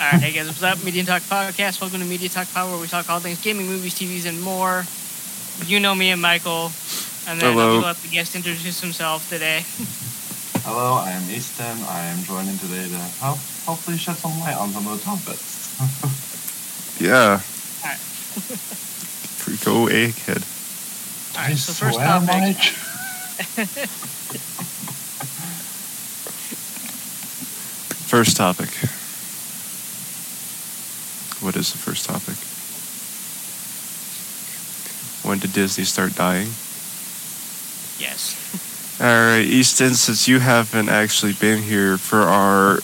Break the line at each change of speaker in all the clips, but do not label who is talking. All right, hey guys, what's up? Media Talk Podcast. Welcome to Media Talk Power, where we talk all things gaming, movies, TVs, and more. You know me and Michael, and then
Hello.
I'll let the guest introduce himself today.
Hello, I am Easton. I am joining today to help, hopefully shed some light on some of the topics.
Yeah.
Alright.
Preco egghead.
All right,
I
so first
swear,
topic.
Mike.
First topic. What is the first topic? When did Disney start dying?
Yes.
Alright, Easton, since you haven't actually been here for our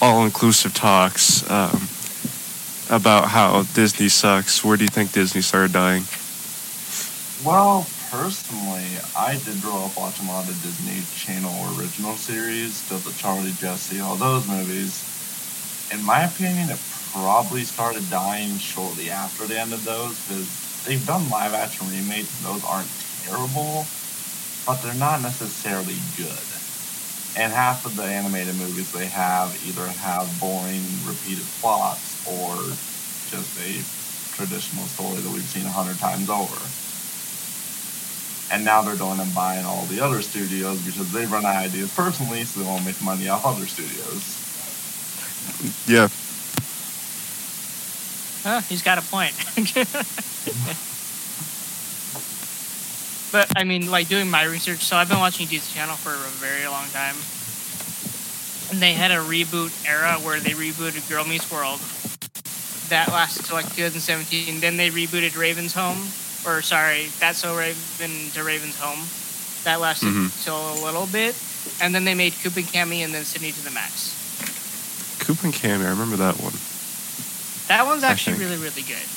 all inclusive talks um, about how Disney sucks, where do you think Disney started dying?
Well, personally, I did grow up watching a lot of Disney Channel original series, the Charlie Jesse, all those movies. In my opinion, it probably started dying shortly after the end of those because they've done live action remakes and those aren't terrible, but they're not necessarily good. And half of the animated movies they have either have boring, repeated plots or just a traditional story that we've seen a hundred times over and now they're going and buying all the other studios because they run out of ideas personally, so they won't make money off other studios.
Yeah,
Huh, he's got a point. but I mean, like doing my research, so I've been watching Disney Channel for a very long time. And they had a reboot era where they rebooted Girl Meets World. That lasted till like 2017. Then they rebooted Raven's Home, or sorry, That's So Raven to Raven's Home. That lasted
Mhm.
till a little bit. And then they made Coop and Cammy and then Sydney to the Max.
Coop and Cammy, I remember that one.
That one's
I
actually
think.
really, really good.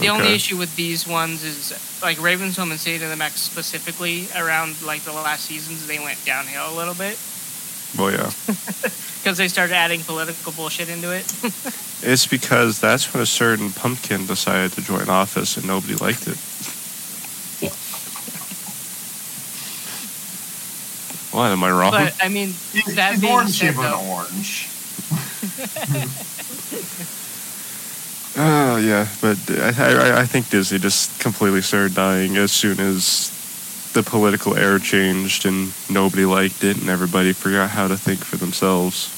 The only
Okay.
issue with these ones is like Ravens Home and City to the Max specifically around like the last seasons they went downhill a little bit
Well, Oh, yeah.
because they started adding political bullshit into it.
It's because that's when a certain pumpkin decided to join office and nobody liked it. What am I wrong?
but I mean,
He's,
That
he's
being
orange
said,
shape of an
though-
orange.
Oh yeah, but I, I I think Disney just completely started dying as soon as the political era changed and nobody liked it and everybody forgot how to think for themselves.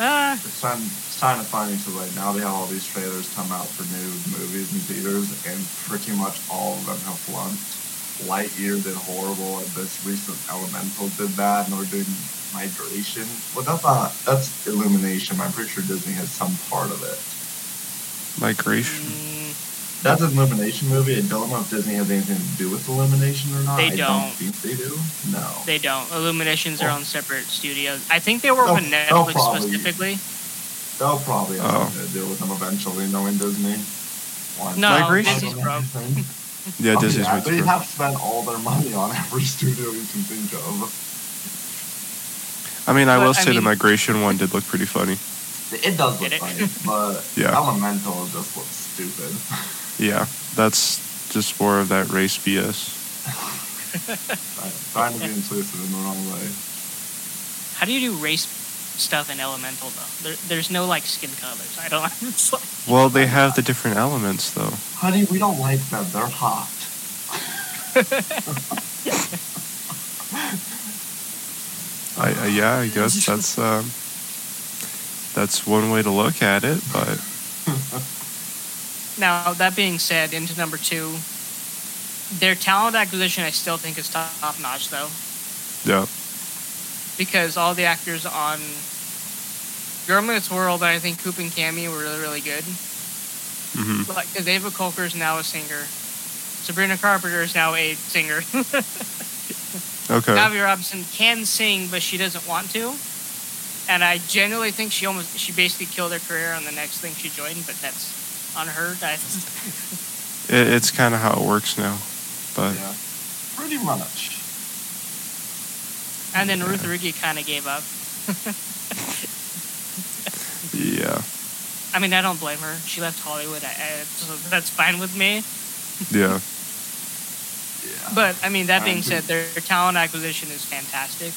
uh,
It's time, it's time to find each other. Like, now they have all these trailers come out for new movies and theaters, and pretty much all of them have flunked. Lightyear did horrible, and this recent Elemental did that, and we're doing Migration. Well, that's not, that's Illumination. but I'm pretty sure Disney has some part of it.
Migration.
mm,
That's an Illumination movie. I don't know if Disney has anything to do with Illumination or not.
They
I
don't.
think they do. No.
they don't. Illumination's their own separate studios. I think they work
No-
with
no
Netflix
problem.
specifically.
They'll probably have
Oh.
something to do with them eventually, knowing Disney. One.
No,
Migration?
Disney's broke.
Yeah,
Oh,
Disney's
yeah,
with
They
you.
have spent all their money on every studio you can think of.
I mean, I
But,
will
I
say the
mean-
migration one did look pretty funny.
It does look
Did it?
funny, but
Yeah.
Elemental just looks stupid.
Yeah, that's just more of that race BS.
Trying to be inclusive in the wrong way.
How do you do race stuff in Elemental though? There, there's no like skin colors. I don't. It's like,
Well, they have the different elements, though.
Honey, we don't like them. They're hot.
I, I, yeah, I guess that's um, that's one way to look at it. But
Now, that being said, into number two, their talent acquisition I still think is top notch, though,
yeah,
because all the actors on Girl Meets World and I think Coop and Cammy were really, really good.
hmm
Like, because Ava Colker is now a singer, Sabrina Carpenter is now a singer.
okay,
Navi Robinson can sing, but she doesn't want to. And I genuinely think she almost, she basically killed her career on the next thing she joined, but that's on her. That's,
it, it's kind of how it works now. But
Yeah. Pretty much.
and then
Yeah.
Ruth Rigi kind of gave up.
yeah,
I mean, I don't blame her. She left Hollywood, I, I, so that's fine with me.
yeah,
Yeah.
But I mean, that
I
being
agree.
said, their talent acquisition is fantastic.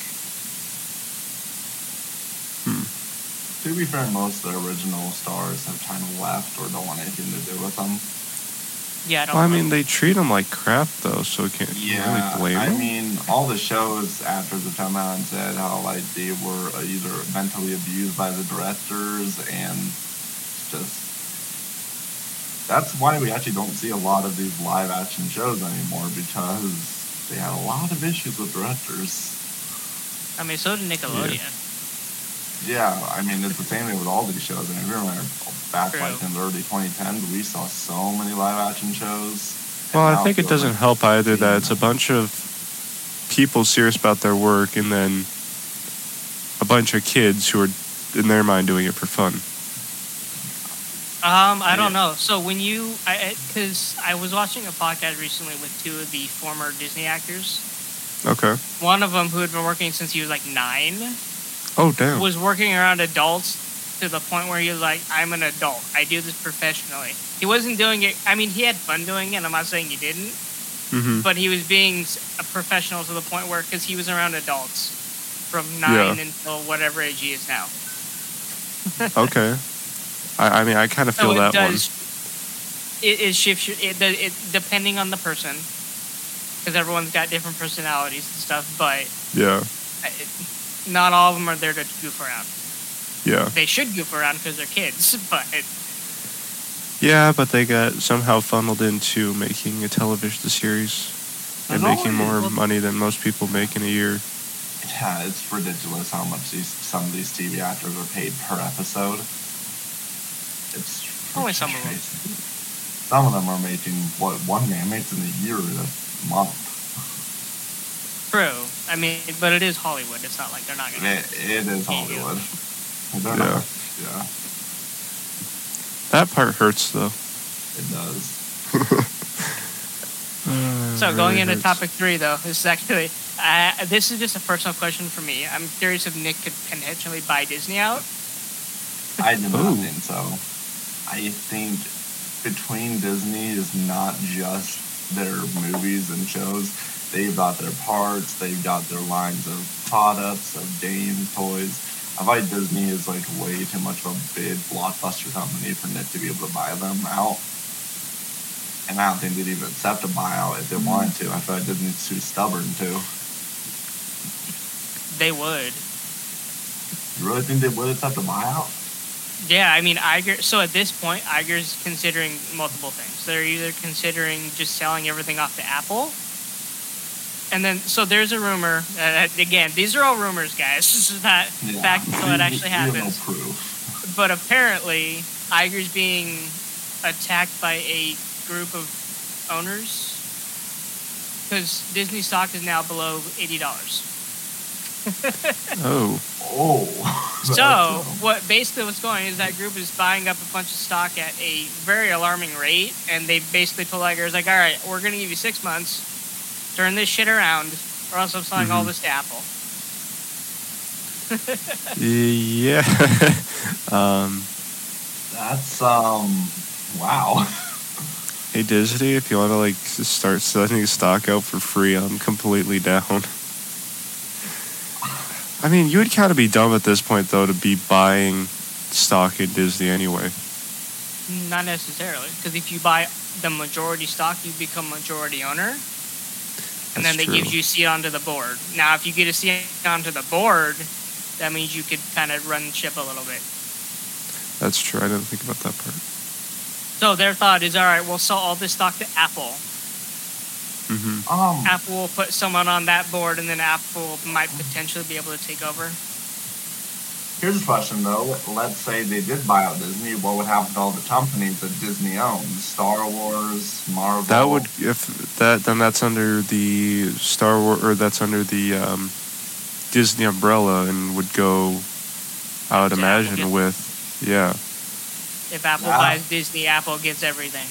to be fair, most of the original stars have kind of left or don't want anything to do with them.
Yeah, I don't.
Well, I
know.
mean, they treat them like crap, though, so can't you
Yeah,
really blame
I
'em?
mean, all the shows after the come out and said how like they were uh, either mentally abused by the directors and it's just that's why we actually don't see a lot of these live action shows anymore because they had a lot of issues with directors.
I mean, so did Nickelodeon.
Yeah, I mean it's the same thing with all these shows. I mean, if you remember back like
True.
in the early 2010s, we saw so many live action shows. and
Well,
now
I think it
feels
doesn't
like-
help either that it's a
Yeah.
bunch of people serious about their work and then a bunch of kids who are, in their mind, doing it for fun.
Um, I don't
Yeah.
know. So when you, I because I was watching a podcast recently with two of the former Disney actors.
Okay.
One of them, who had been working since he was like nine,
Oh, damn.
was working around adults to the point where he was like, "I'm an adult. I do this professionally." He wasn't doing it. I mean, he had fun doing it. I'm not saying he didn't,
hmm
but he was being s- a professional to the point where because he was around adults from nine
Yeah.
until whatever age he is now.
okay. I, I mean, I kind of feel
so Oh, it
that
does. It is shift. It, does- it depending on the person, because everyone's got different personalities and stuff. But
one. Yeah.
uh, it, not all of them are there to goof around.
Yeah.
They should goof around because they're kids. But it,
Yeah, but they got somehow funneled into making a television series and
There's
making
always-
more money than most people make in a year.
Yeah, it's ridiculous how much these some of these TV actors are paid per episode. It's
Only some of them.
crazy. Some of them are making what one man makes in a year or a month.
true. I mean, but it is Hollywood. It's not like they're not gonna.
It, it is
Can't do it.
Hollywood. They're
Yeah.
not. Yeah,
That part hurts, though.
it does.
So
Mm-hmm.
going into topic three, though, this is actually uh, this is just a personal question for me. I'm curious if Nick could potentially buy Disney out.
I did not
Ooh.
think so. I think between Disney is not just their movies and shows. They've got their parts. They've got their lines of products, of games, toys. I find Disney is like way too much of a big blockbuster company for Nick to be able to buy them out. And I don't think they'd even accept a buyout if they wanted to. I feel like Disney's too stubborn too.
They would.
You really think they would accept a buyout?
Yeah, I mean, Iger. So at this point, Iger's considering multiple things. They're either considering just selling everything off to Apple, and then so there's a rumor. Uh, again, these are all rumors, guys. This is not
Yeah.
fact until it actually
We have no
happens.
proof.
But apparently, Iger's being attacked by a group of owners because Disney stock is now below eighty dollars.
Oh,
Oh.
So what basically what's going is that group is buying up a bunch of stock at a very alarming rate, and they basically told Iger, "It's like, all right, we're going to give you six months, turn this shit around, or else I'm selling all this to Apple."
yeah. um,
That's um wow.
hey Disney, if you want to like s- start sending stock out for free, I'm completely down. I mean, you would kind of be dumb at this point though to be buying stock in Disney anyway.
Not necessarily, because if you buy the majority stock, you become majority owner, and
That's
then they
true.
gives you seat onto the board. Now, if you get a seat onto the board, that means you could kind of run the ship a little bit.
That's true. I didn't think about that part.
So their thought is, all right, we'll sell all this stock to Apple.
hmm
Um
Apple will put someone on that board, and then Apple might potentially be able to take over.
here's a question though. Let's say they did buy out Disney, what would happen to all the companies that Disney owns? Star Wars, Marvel.
That would if that then that's under the Star Wars or that's under the um, Disney umbrella and would go. I would
To Apple,
imagine
yeah.
with yeah.
If Apple
Wow.
buys Disney, Apple gets everything.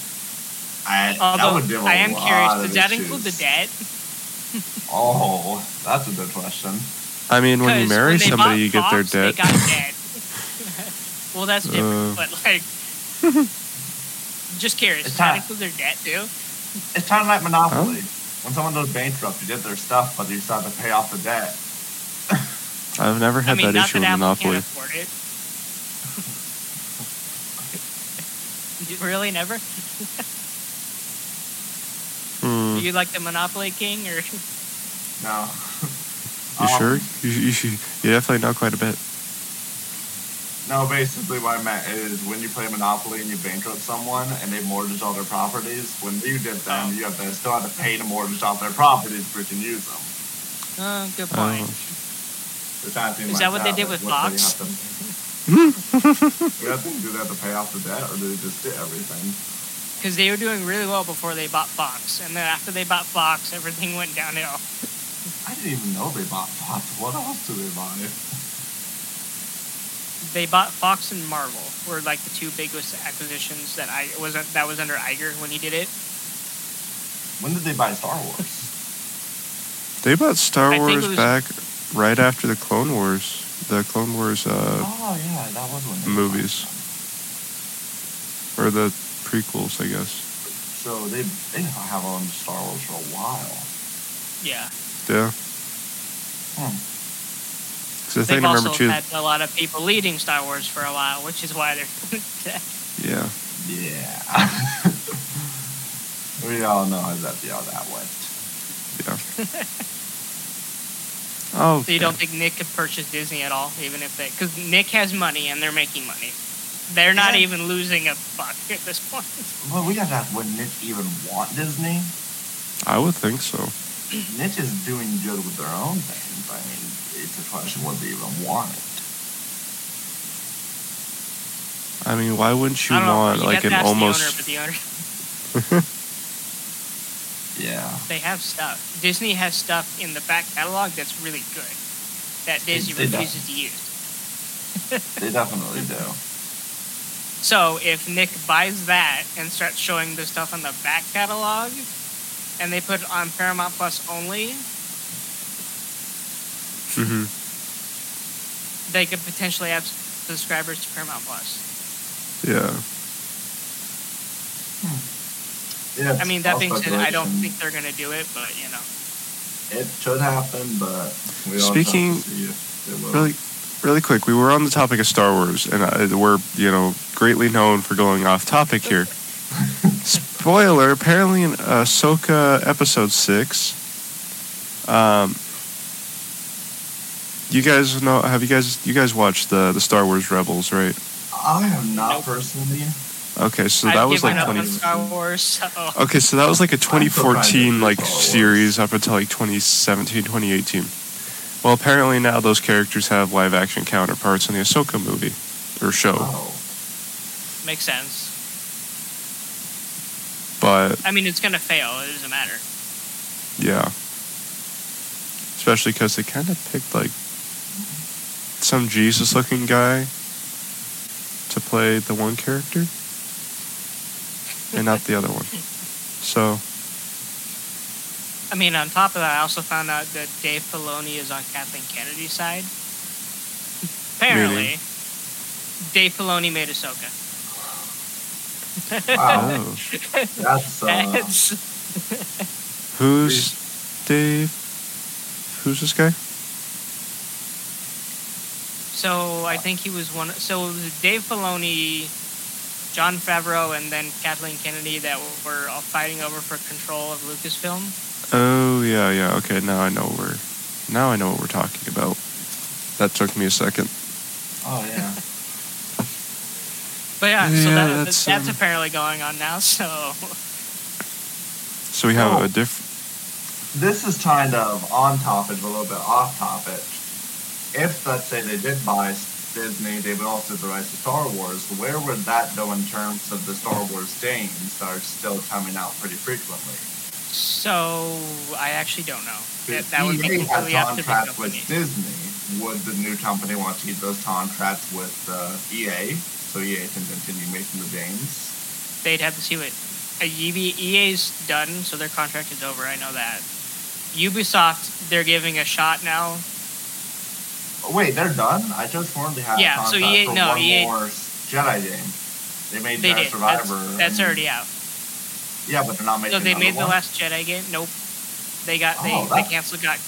I, that
Although
would give a
I am
lot
curious,
of
does that include the
issues.
debt?
Oh, that's a good question.
I mean, when you
'Cause
marry
they
somebody,
bought
you get their
Fox, they
debt.
got debt. well, that's different,
Uh.
but like, just curious, does
It's
that
not-
include their debt too?
It's kind of like Monopoly. When someone goes bankrupt, you get their stuff, but you still have to pay off the debt.
I've never had
I mean,
that
not that
issue with
Apple
Monopoly.
can't afford it. You- Really, never?
Hmm.
You like the Monopoly King or
No.
You
Um,
sure? You, you, you you definitely know quite a bit.
No, basically what I meant is when you play Monopoly and you bankrupt someone and they mortgage all their properties, when you did
Oh.
them, you have to still have to pay to mortgage off their properties before you can use them.
Oh, good
Oh.
point.
Which I think
Is
like
that what they did with
what they
Fox?
have to- You have to do that to pay off the debt, or do they just do everything?
Because they were doing really well before they bought Fox, and then after they bought Fox, everything went downhill.
I didn't even know they bought Fox. What else do they buy?
They bought Fox and Marvel were like the two biggest acquisitions that I was that was under Iger when he did it.
When did they buy Star Wars?
They bought Star
I think it
Wars
was-
back right after the Clone Wars. The Clone Wars uh,
oh yeah, that was when they
movies.
bought them.
or the prequels, I guess.
So they they didn't have on Star Wars for a while.
Yeah,
Yeah.
Hmm.
So I
they've
think I remember
also
too.
had a lot of people leading Star Wars for a while, which is why they're.
Yeah.
Yeah. we all know exactly how that went.
Yeah. oh.
so you don't think Nick could purchase Disney at all, even if they because Nick has money and they're making money. They're not
Yeah.
even losing a buck at this point.
Well, we gotta ask, would Nick even want Disney?
I would think so.
Nick is doing good with their own things. I mean, it's a question would they even want it?
I mean, why wouldn't you
I don't know.
want
you
like
gotta
an
ask
almost?
the owner, but the owner
Yeah.
They have stuff. Disney has stuff in the back catalog that's really good that Disney
They don't.
refuses to use.
They definitely do.
So if Nick buys that and starts showing the stuff on the back catalog and they put it on Paramount Plus only,
Mhm.
they could potentially add subscribers to Paramount Plus.
Mm-hmm. Yeah.
Yeah,
I
it's
mean, that
all
being said, I don't
speculation.
think they're going to do it, but you know.
it should happen, but we all
Speaking-
just have to see if it will.
Really, really quick. We were on the topic of Star Wars, and uh, we're you know greatly known for going off topic here. Spoiler: Apparently, in Ahsoka episode six, um, you guys know? Have you guys you guys watched the the Star Wars Rebels, right?
I have not
Nope.
personally.
Okay, so
I've
that was
given up
like twenty.
on Star Wars, so
Okay, so that was like a
surprised
2014
it's
like
Star Wars.
series up until like 2017, 2018. Well, apparently now those characters have live action counterparts in the Ahsoka movie or show,
Oh.
makes sense.
but
I mean, it's going to fail. It doesn't matter.
yeah, especially because they kind of picked like some Jesus looking guy to play the one character and not the other one. So
I mean, on top of that, I also found out that Dave Filoni is on Kathleen Kennedy's side. Apparently,
Meaning?
Dave Filoni made Ahsoka.
Wow.
oh,
That's uh,
That's
who's Dave? Who's this guy?
so. I think he was one. So Dave Filoni, John Favreau, and then Kathleen Kennedy that were all fighting over for control of Lucasfilm.
Oh yeah, yeah. Okay, now I know where. Now I know what we're talking about. That took me a second.
oh yeah.
But yeah, so
Yeah,
that,
that's,
that's,
um,
apparently going on now. So
So we have
Oh.
a diff.
This is kind of on topic, but a little bit off topic. If let's say they did buy Disney, they would also have the rights to Star Wars. Where would that go in terms of the Star Wars games that are still coming out pretty frequently?
so I actually don't know. That,
If
that would be
EA had
completely up to the
E contract
company.
with Disney. Would the new company want to keep those contracts with uh, EA so EA can continue making the games?
they'd have to see what uh, UB, EA's done, so their contract is over. I know that. Ubisoft, they're giving a shot now.
Oh, wait, they're done. I just learned they had a
Yeah, so
contract
EA
for
no,
one
EA
more Jedi game. They made
They
Jedi
did. That's,
Survivor.
that's
and-
already out.
Yeah, but they're not making.
So they
another
made the
one.
last Jedi game. Nope. They got they,
Oh,
they
that-
canceled got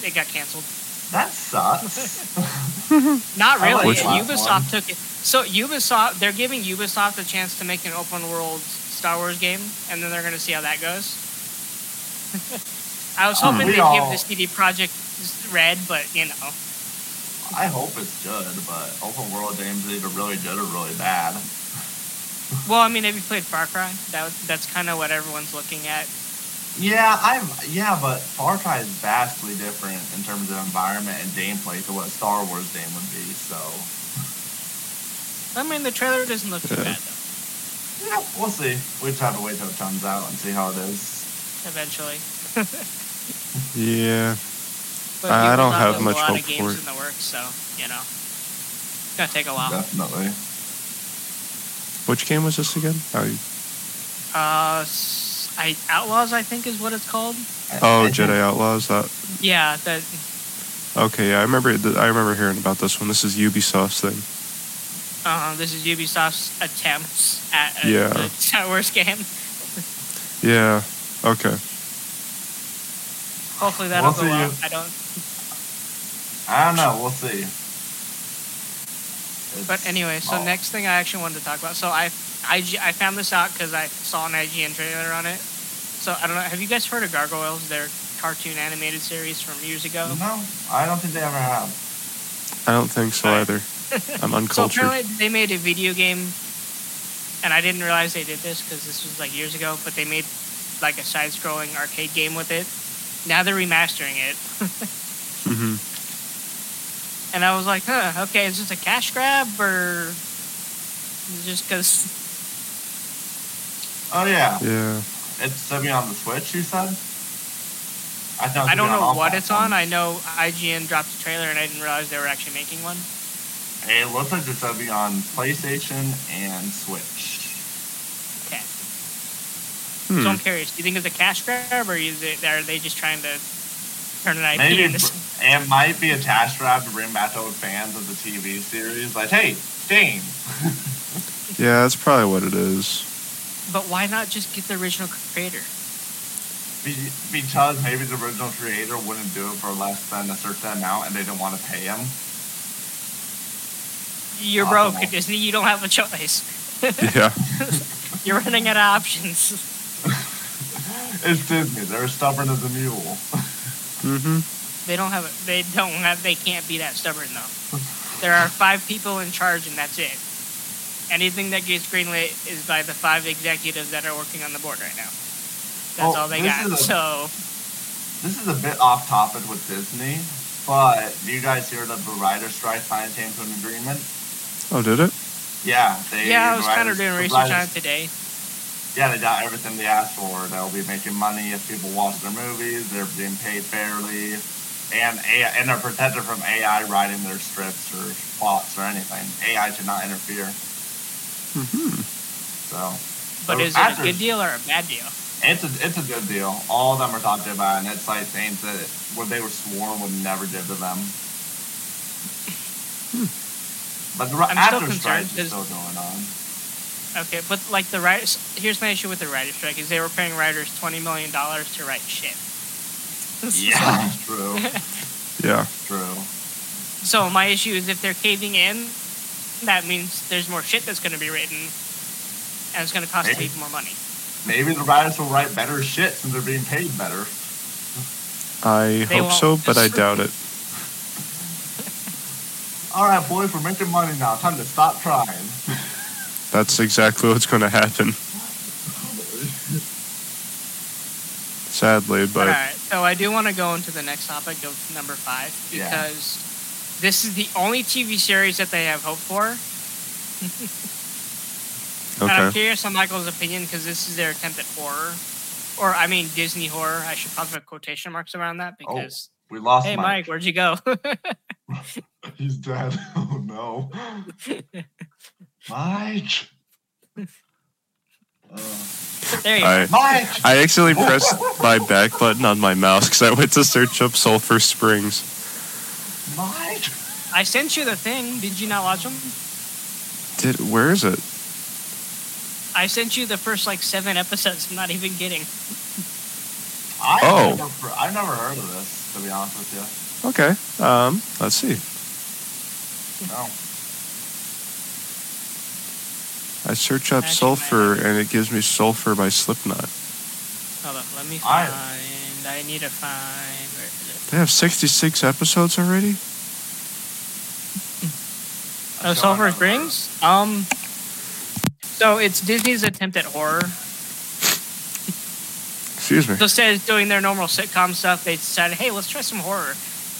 they got canceled.
That sucks.
Not
I like
really.
the last
Ubisoft
one.
took it. So Ubisoft, they're giving Ubisoft a chance to make an open world Star Wars game, and then they're going to see how that goes. I was
Um,
hoping
we
they'd
all-
give the CD Project Red, but you know,
I hope it's good, but open world games are either really good or really bad.
well, I mean, have you played Far Cry? That was- that's kind of what everyone's looking at.
Yeah, I'm. Yeah, but Far Cry is vastly different in terms of environment and gameplay to what a Star Wars game would be. So
I mean, the trailer doesn't look too
Yeah.
bad though.
yeah, we'll see. We just have to wait till it comes out and see how it is.
Eventually,
Yeah.
but
I don't
Ubisoft
have
has
much
a lot
hope
of
for
games
it.
in the works, so you know, it's gonna take a while.
Definitely.
Which game was this again? I,
Uh, s- I, Outlaws, I think, is what it's called.
I-
oh,
I think-
Jedi Outlaws. That
Yeah, that
okay. Yeah, I remember. th- I remember hearing about this one. This is Ubisoft's thing.
Uh, this is Ubisoft's attempts at a,
Yeah.
a Star Wars game.
Yeah. Okay.
Hopefully that'll
Well,
go
see
well.
you.
I don't.
I don't know. We'll see.
But
It's-
anyway, so
oh,
next thing I actually wanted to talk about. So I, IG, I found this out because I saw an IGN trailer on it. So I don't know. Have you guys heard of Gargoyles? Their cartoon animated series from years ago.
No, I don't think they ever have.
I don't think so
Right.
either. I'm
So
uncultured.
apparently they made a video game, and I didn't realize they did this because this was like years ago. But they made like a side-scrolling arcade game with it. Now they're remastering it.
hmm
And I was like, huh, okay, is this a cash grab or is it just because?
Oh yeah,
Yeah.
it's to be on the Switch. You said. I,
I
thought it was gonna
don't
be
know
on Oh, all
what it's on.
platforms.
I know IGN dropped a trailer and I didn't realize they were actually making one.
It looks like it's gonna be on PlayStation and Switch.
Okay.
Hmm.
So I'm curious, do you think it's a cash grab or is it, are they just trying to turn an IP
Maybe
into
it's- it might be a cash grab to bring back old fans of the TV series. Like, hey, Dane,
Yeah. That's probably what it is.
But why not just get the original creator?
be- because maybe the original creator wouldn't do it for less than a certain amount, and they didn't want to pay him.
You're
Possible.
broke, Disney. You don't have a choice.
Yeah.
You're running out of options.
It's Disney; they're stubborn as a mule.
hmm
They don't have. a- They don't have. They can't be that stubborn though. There are five people in charge, and that's it. Anything that gets greenlit is by the five executives that are working on the board right now. That's
Well,
all they
Oh, this
got.
is a-
so
This is a bit off topic with Disney, but do you guys hear that the writer strike finally came to an agreement?
Oh, did it?
Yeah, they.
yeah, I was
the
kind of
writers-
doing
the
research
writers-
on it today.
yeah, they got everything they asked for. They'll be making money if people watch their movies. They're being paid fairly, and AI, and they're protected from AI writing their scripts or plots or anything. AI should not interfere.
hmm
So
But
the
is it a
actors-
good deal or a bad deal?
it's a it's a good deal. All of them are talked about, and it's like things that what they were sworn would never give to them. But the ri-
I'm still
actor
concerned
strike is
'cause-
still going on.
Okay, but like the writers. Here's my issue with the writer strike: is they were paying writers twenty million dollars to write shit.
Yeah, true,
Yeah.
true.
So my issue is if they're caving in, that means there's more shit that's going to be written, and it's going to cost
Maybe.
even more money.
Maybe the writers will write better shit since they're being paid better.
I
They
hope so,
won't.
but I doubt it.
All right, boys, we're making money now. Time to stop trying.
That's exactly what's going to happen. Sadly,
All
but
right, so I do want to go into the next topic of number five
Yeah.
because this is the only TV series that they have hope for, and I'm
okay.
curious on Michael's opinion because this is their attempt at horror, or I mean Disney horror. I should probably put quotation marks around that
Oh.
because
We lost
hey, Mike,
Mike.
where'd you go?
He's dead. Oh no. Mike. Uh,
there you go.
I
Mike.
I actually pressed my back button on my mouse because I went to search up Sulphur Springs.
Mike.
I sent you the thing. Did you not watch them?
Did where is it?
I sent you the first like seven episodes. I'm not even kidding.
I
Oh.
Never, I've never heard of this. To be honest with
Oh,
Okay. Um. Let's see.
you. No.
I search up
Magic
sulfur
Man.
and it gives me sulfur by Slipknot.
Hold up, let me
I-
find. I, need to find. Where is it?
They have 66 episodes already?
Oh,
So I
Sulphur
know-
Springs. Um. So it's Disney's attempt at horror.
Excuse me.
So instead of doing their normal sitcom stuff, they decided, hey, let's try some horror.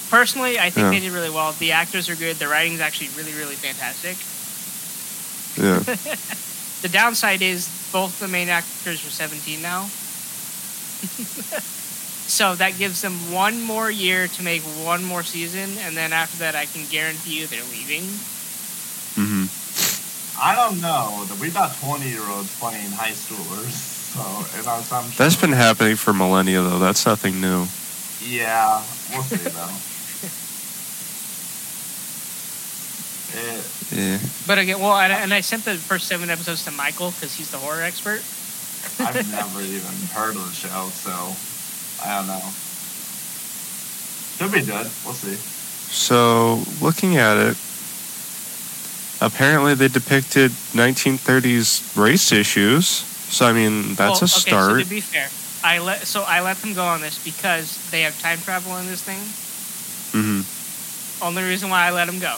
Personally, I think
Yeah.
they did really well. The actors are good. The writing's actually really, really fantastic.
Yeah.
The downside is both the main actors are 17 now. so that gives them one more year to make one more season, and then after that, I can guarantee you they're leaving.
hmm
I don't know. that We got 20 year olds playing high schoolers. So, and I was, I'm
That's been happening for millennia, though. That's nothing new.
Yeah, we'll see though. it,
Yeah.
But again, well, and, and I sent the first seven episodes to Michael because he's the horror expert.
I've never even heard of the show, so I don't know. Should be good. We'll see.
So, looking at it, apparently they depicted 1930s race issues. So, I mean, that's
Well,
a
Oh, Okay,
start.
so to be fair, I let so I let them go on this because they have time travel in this thing.
hmm
Only reason why I let them go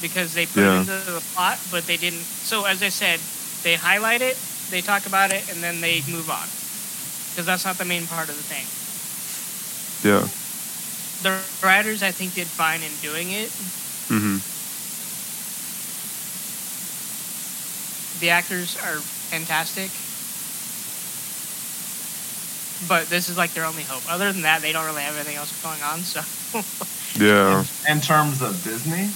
because they put
Yeah.
it into the plot, but they didn't. So as I said, they highlight it, they talk about it, and then they move on because that's not the main part of the thing.
Yeah.
The writers, I think, did fine in doing it.
hmm
The actors are fantastic. But this is like their only hope. Other than that, they don't really have anything else going on. So,
Yeah.
In terms of Disney,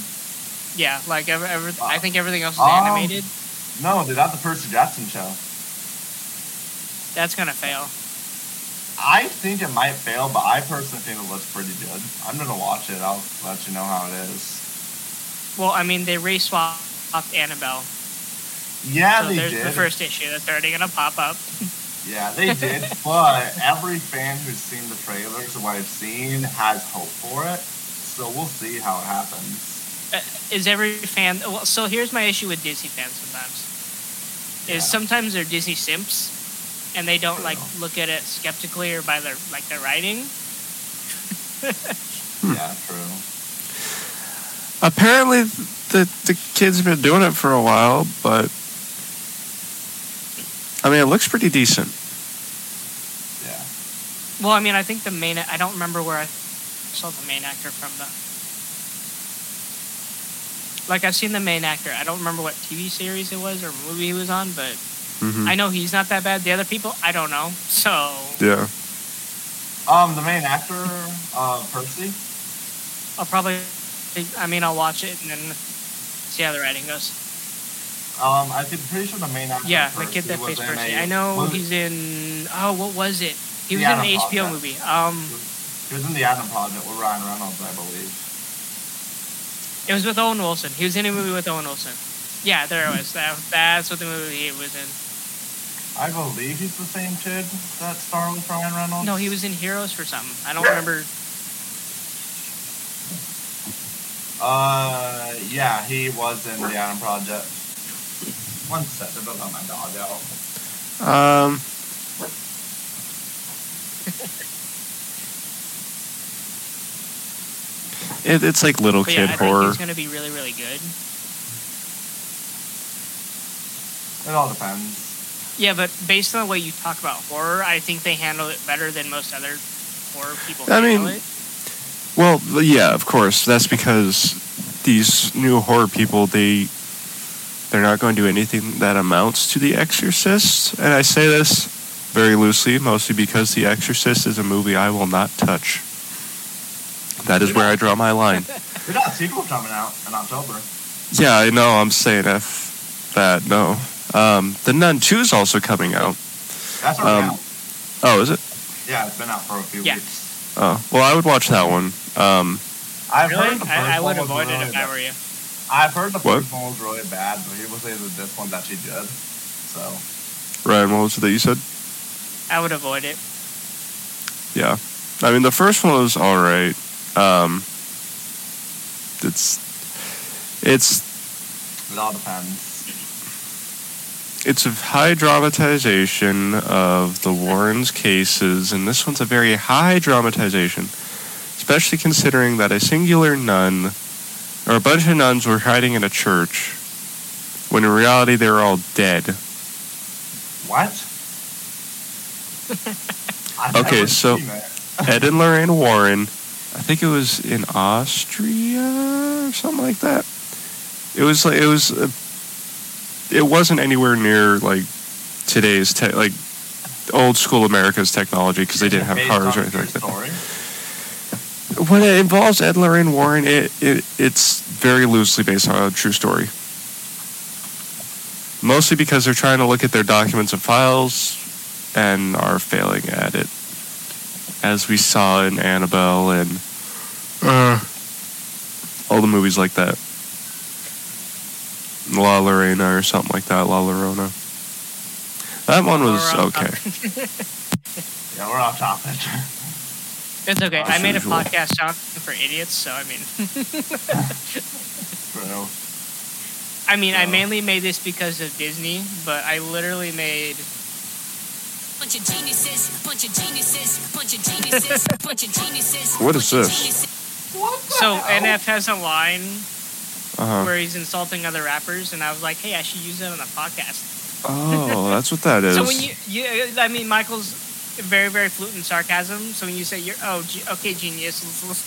yeah, like ever, ever, I think everything else is
Um,
animated.
no, they got the Percy Jackson show.
That's gonna fail.
I think it might fail, but I personally think it looks pretty good. I'm gonna watch it. I'll let you know how it is.
Well, I mean, they race swapped Annabelle,
Yeah,
so
they
there's
did.
the first issue that's already gonna pop up.
Yeah, they did. but every fan who's seen the trailers and what I've seen has hope for it. So we'll see how it happens.
Uh, Is every fan? Well, so here's my issue with Disney fans sometimes,
Yeah.
is sometimes they're Disney simps, and they don't like
True.
look at it skeptically or by their like their writing.
Yeah, true.
Apparently, the, the kid's been doing it for a while, but I mean, it looks pretty decent.
Yeah.
Well, I mean, I think the main. I don't remember where I saw the main actor from the. Like I've seen the main actor. I don't remember what TV series it was or movie he was on, but
hmm
I know he's not that bad. The other people, I don't know. So
Yeah.
Um, the main actor, uh, Percy.
I'll probably, I mean, I'll watch it and then see how the writing goes.
Um, I think pretty sure the main actor.
Yeah,
Percy
the kid that
was
plays
in
Percy.
a
I know
movie-
he's in. Oh, what was it? He was
Yeah,
in
I
an
don't
HBO
know.
movie. Um,
He was in the Adam Project with Ryan Reynolds, I believe.
it was with Owen Wilson. He was in a movie with Owen Wilson. Yeah, there it was. That, that's what the movie he was in.
I believe he's the same kid that starred with Ryan Reynolds.
No, he was in Heroes for something. I don't remember.
Uh, yeah, he was in the Adam Project. One set, I don't know my dog out.
Um, it, it's like little
But
kid
yeah, I think
horror.
he's gonna be really, really good.
It all depends.
Yeah, but based on the way you talk about horror, I think they handle it better than most other horror people.
I mean,
handle it.
Well, yeah, of course. That's because these new horror people they they're not going to do anything that amounts to The Exorcist, and I say this very loosely, mostly because The Exorcist is a movie I will not touch. That is where I draw my line.
We got a sequel coming out in October.
Yeah, I know. I'm saying f that. No, um, the Nun Two is also coming out.
That's already
Um,
out.
Oh, is it?
Yeah, it's been out for a few
Yeah.
weeks.
Oh, well, I would watch that one. Um,
I've
Really?
heard the
I, I would
first one was
avoid it
really
if I
bad.
were you.
I've heard the
What?
first one was really bad, but people say that this one that she did. So
Ryan, what was it that you said?
I would avoid it.
Yeah, I mean the first one was all right. Um, it's it's
it all depends.
It's a high dramatization of the Warrens' cases, and this one's a very high dramatization, especially considering that a singular nun or a bunch of nuns were hiding in a church when in reality they were all dead.
What? I- I
Okay,
would
so-
see that.
Ed and Lorraine Warren. I think it was in Austria or something like that. It was like it was. uh it wasn't anywhere near like today's te- like old school America's technology because they didn't have
Based
cars
on
or anything
your
like that.
Story.
When it involves Ed and Lorraine Warren, it, it it's very loosely based on a true story. Mostly because they're trying to look at their documents and files and are failing at it. As we saw in Annabelle and uh, all the movies like that. La Lorena or something like that, La Llorona. That one was
Or, uh,
okay.
Yeah, we're off topic.
It's okay.
As
I made a
usual.
podcast on for idiots, so I mean,
Bro.
I mean,
Uh.
I
Oh.
mainly made this because of Disney, but I literally made
Bunch of geniuses, bunch of geniuses, bunch of geniuses, bunch of geniuses.
What is
bunch of
this?
geniuses.
What the
so
hell?
NF has a line uh,
Uh-huh.
where he's insulting other rappers, and I was like, hey, I should use that on a podcast.
Oh, that's what that is.
So when you, you, I mean, Michael's very, very fluent in sarcasm. So when you say you're, oh, ge- okay, genius, let's- let's-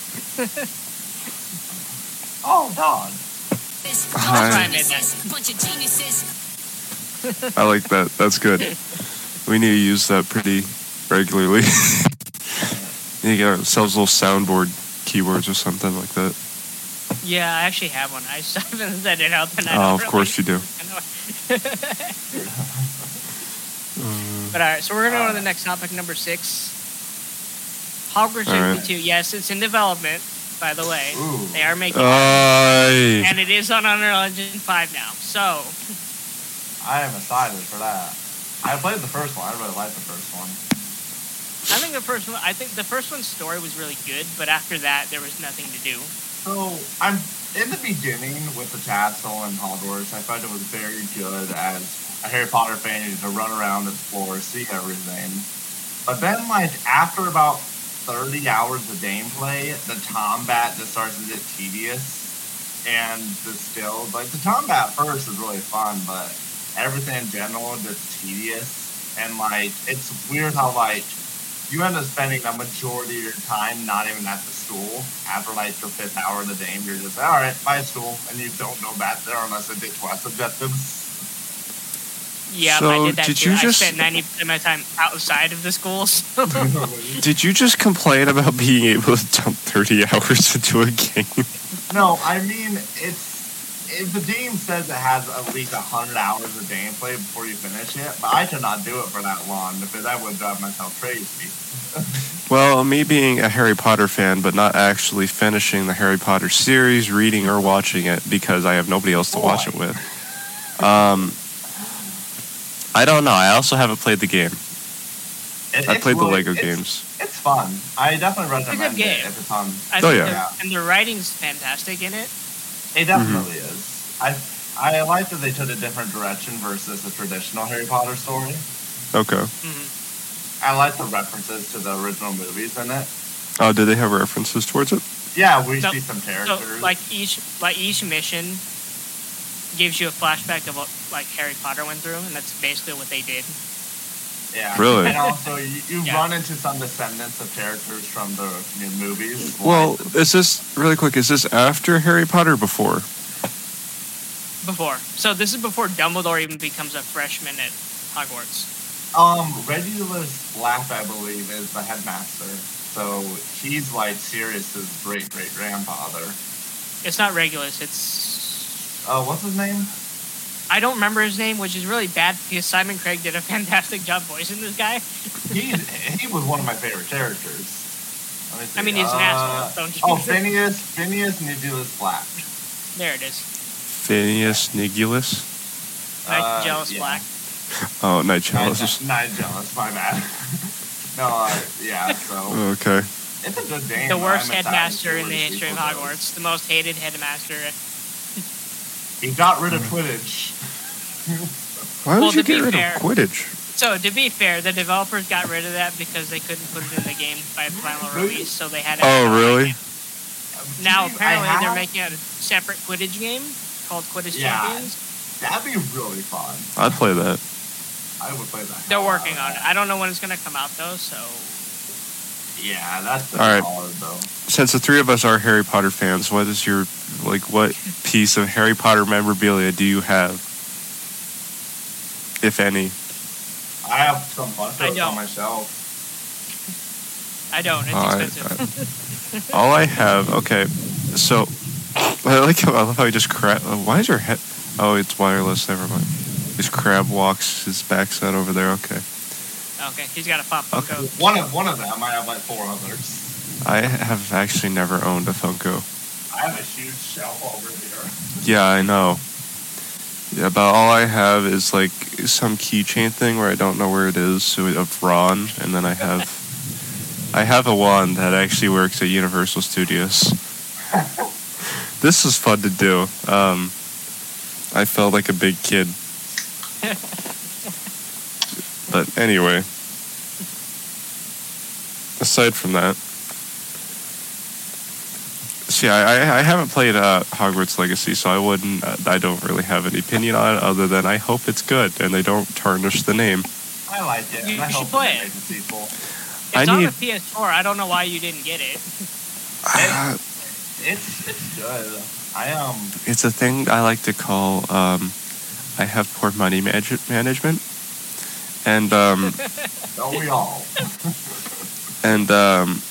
Oh, dog.
Bunch
Hi.
of
That's why I
made that.
geniuses, bunch of geniuses.
I like that. That's good. We need to use that pretty regularly. need to get ourselves little soundboard keywords or something like that.
yeah, I actually have one. I just haven't said it out. And I
Oh,
don't
of
really-
course you do.
I know.
Mm.
But all right, so we're gonna go to
Uh.
the next topic, number six. Hogwarts
All right.
Legacy Two. Yes, it's in development. By the way,
Ooh.
they are making,
Uh, Aye.
and it is on Unreal Engine Five now. So
I am excited for that. I played the first one. I really liked the first one.
I think the first one. I think the first one's story was really good, but after that, there was nothing to do.
So I'm in the beginning with the tassel and Hogwarts. I thought it was very good as a Harry Potter fan you need to run around, explore, see everything. But then, like after about thirty hours of gameplay, the combat just starts to get tedious and the skills. Like the combat first is really fun, but everything in general just tedious. And like it's weird how like you end up spending a majority of your time not even at the school. After like your fifth hour of the game, you're just all right, bye school, and you don't go back there unless I did quest objectives.
Yeah,
So,
I did that
did
too.
you
I
just-
spent ninety percent of my time outside of the schools.
Did you just complain about being able to dump 30 hours into a game?
no, I mean it's if the game says it has at least hundred hours of gameplay before you finish it, but I could not do it for that long because that would drive myself crazy.
Well, me being a Harry Potter fan, but not actually finishing the Harry Potter series, reading or watching it because I have nobody else to watch it with. Um, I don't know. I also haven't played the game.
It-
I
it's
played the
really-
Lego
it's-
games.
It's fun. I definitely recommend
game.
it if it's on
I
Oh,
think
yeah.
the- and the writing's fantastic in it.
It definitely is.
Mm-hmm.
I I like that they took a different direction versus the traditional Harry Potter story.
Okay.
Mhm.
I like the references to the original movies in it.
Oh, did they have references towards it?
Yeah, we
So-
see some characters.
So, like each like each mission gives you a flashback of what like Harry Potter went through, and that's basically what they did.
yeah.
Really?
And also, you, you
Yeah.
run into some descendants of characters from the new movies.
Well, is this really quick? Is this after Harry Potter or before?
Before, so this is before Dumbledore even becomes a freshman at Hogwarts.
um, Regulus Black, I believe, is the headmaster. So he's like Sirius's great great grandfather.
It's not Regulus. It's
Uh, what's his name?
I don't remember his name, which is really bad because Simon Craig did a fantastic job voicing this guy.
he he was one of my favorite characters. Let me see.
I mean, he's an asshole, don't you
Uh, Oh,
think?
Phineas, Phineas Nigulus Black.
There it is.
Phineas Nigulus?
Nice
Uh,
jealous
yeah.
black.
Oh,
Not,
Nigelus.
not jealous. My bad. no, uh, yeah. So
Okay.
it's a good game.
The worst
I'm excited to
headmaster
see
in
where
the history of
sequel goes.
Hogwarts. The most hated headmaster.
He got rid of Quidditch.
Why would
Well,
you
to
get
be
rid
fair-
of Quidditch?
So to be fair, the developers got rid of that because they couldn't put it in the game by the final release, so they had. to-
Oh, really?
Now
Dude, I
apparently they're
have-
making a separate Quidditch game called Quidditch
Yeah.
Champions.
That'd be really fun.
I'd play that.
I would play that.
They're working on it. I don't know when it's gonna come out though, so
Yeah, that's
All right.
hard though.
Since the three of us are Harry Potter fans, what is your like? What piece of Harry Potter memorabilia do you have, if any?
I have some buttons
don't.
on my shelf.
I don't. It's
All right,
expensive.
All I have, okay. So, I like how I love how he just crab. Why is your head? Oh, it's wireless. Never mind. His crab walks his backside over there. Okay.
Okay, he's got a pop.
Okay.
Funko.
One of one of them. I have like four others.
I have actually never owned a Funko.
I have a huge shelf over here.
Yeah, I know. Yeah, but all I have is like some keychain thing where I don't know where it is. So of Ron, and then I have, I have a wand that actually works at Universal Studios. this is fun to do. Um, I felt like a big kid. but anyway, aside from that, See, I, I- I haven't played uh, Hogwarts Legacy, so I wouldn't. uh, I don't really have an opinion on it, other than I hope it's good and they don't tarnish the name.
I like it.
You-
and I
you should
hope
play
they
it.
make a sequel.
It's
I
on
need-
the PS4. I don't know why you didn't get it.
Ah,
It's it's good. I um
it's a thing I like to call. Um, I have poor money manage- management, and um,
don't we all?
and um,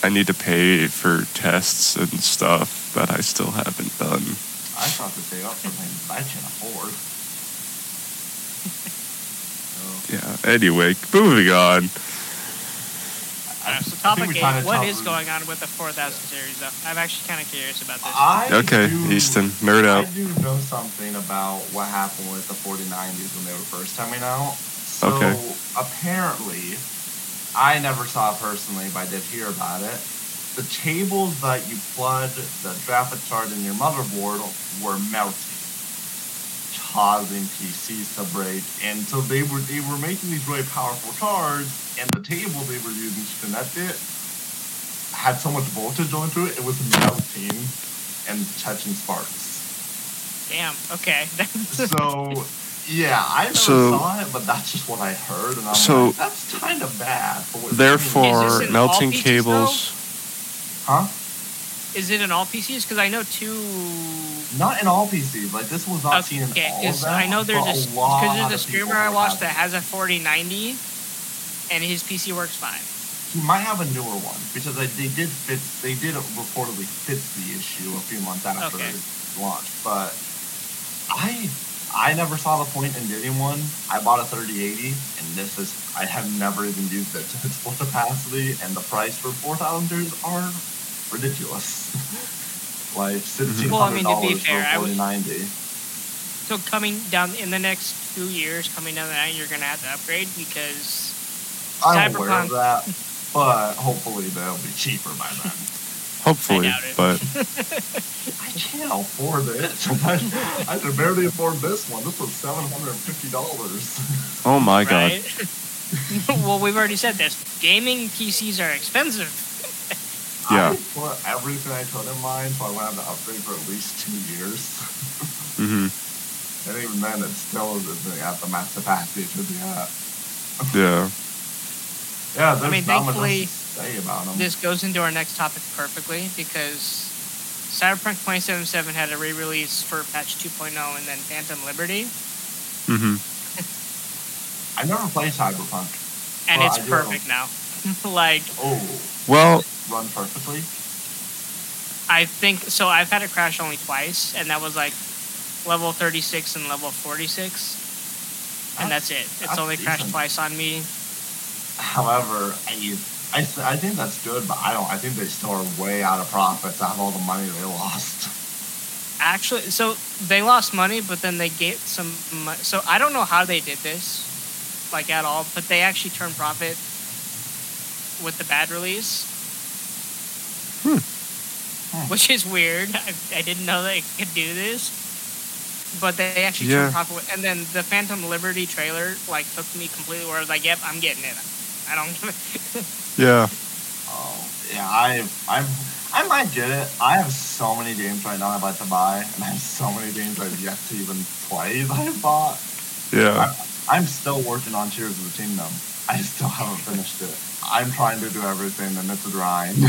I need to pay for tests and stuff that I still haven't done.
I thought to save up for things I can afford. So,
Yeah. Anyway, moving on.
Uh, so
I think
topic
we
eight.
kinda
What
talked-
is going on with the 4000 series? Though I'm actually kind of curious about this.
I
Okay,
do-
Easton, nerd
I
out.
do know something about what happened with the 4090s when they were first coming out. So
Okay.
apparently, I never saw it personally, but I did hear about it. The cables that you plug the graphic card in your motherboard were melting, causing PCs to break. And so they were they were making these really powerful cards, and the cable they were using to connect it had so much voltage onto it, it was melting and touching sparks
Damn. Okay.
so yeah, I never
So-
saw it, but that's just what I heard, and I'm
So-
like, that's kind of bad. For what
Is
Therefore,
this in all
melting
features,
cables.
huh?
is it in all PCs? Because I know two.
Not in all PCs. Like this was not seen in
Okay.
all of
Because
them.
I know there's
but
a
lot
because there's a
of people
streamer I
were
watched that
having-
has a 4090, and his PC works fine.
He might have a newer one because they, they did fix. They did reportedly fix the issue a few months after
Okay.
its launch, but I. I never saw the point in getting one. I bought a 3080, and this is, I have never even used it to its full capacity, and the price for 4000 are ridiculous. like $1,600
Well, I mean, to be fair, I
for
was-
4090.
So coming down in the next few years, coming down the line, you're gonna have to upgrade because
I'm aware
Cyberpunk.
of that, but hopefully they'll be cheaper by then.
Hopefully,
I doubt it.
but
I can't afford it. I, I can barely afford this one. This was seven hundred and fifty dollars.
oh my god.
right? well, we've already said this. Gaming PCs are expensive.
Yeah.
I put everything I could in mine, so I won't have to upgrade for at least two years.
hmm
And even then, it still isn't at the max capacity it should be at.
Yeah.
Yeah, there's
mean,
not much else
thankfully,
to say about them.
This goes into our next topic perfectly because Cyberpunk 2077 had a re-release for patch 2.0 and then Phantom Liberty,
hmm
I never played Cyberpunk.
and
Well,
it's
I do.
perfect now. like
Oh,
Well,
run perfectly.
I think so. I've had it crash only twice, and that was like level 36 and level 46, and that's it. It's
Oh, That's
only crashed
decent.
twice on me.
However, I, I, th- I think that's good, but I don't. I think they still are way out of profits out of all the money they lost.
actually so they lost money but then they get some mo- so i don't know how they did this like at all but they actually turned profit with the bad release
Hmm.
which is weird I, I didn't know they could do this but they actually
Yeah.
turned popular. And then the Phantom Liberty trailer like hooked me completely. Where I was like, "Yep, I'm getting it. I don't give a
Yeah.
Oh, yeah, I, I'm, I might get it. I have so many games right now I'd like to buy, and I have so many games I've yet to even play that I bought.
Yeah.
I'm still working on Tears of the Kingdom. I still haven't finished it. I'm trying to do everything, and it's a grind.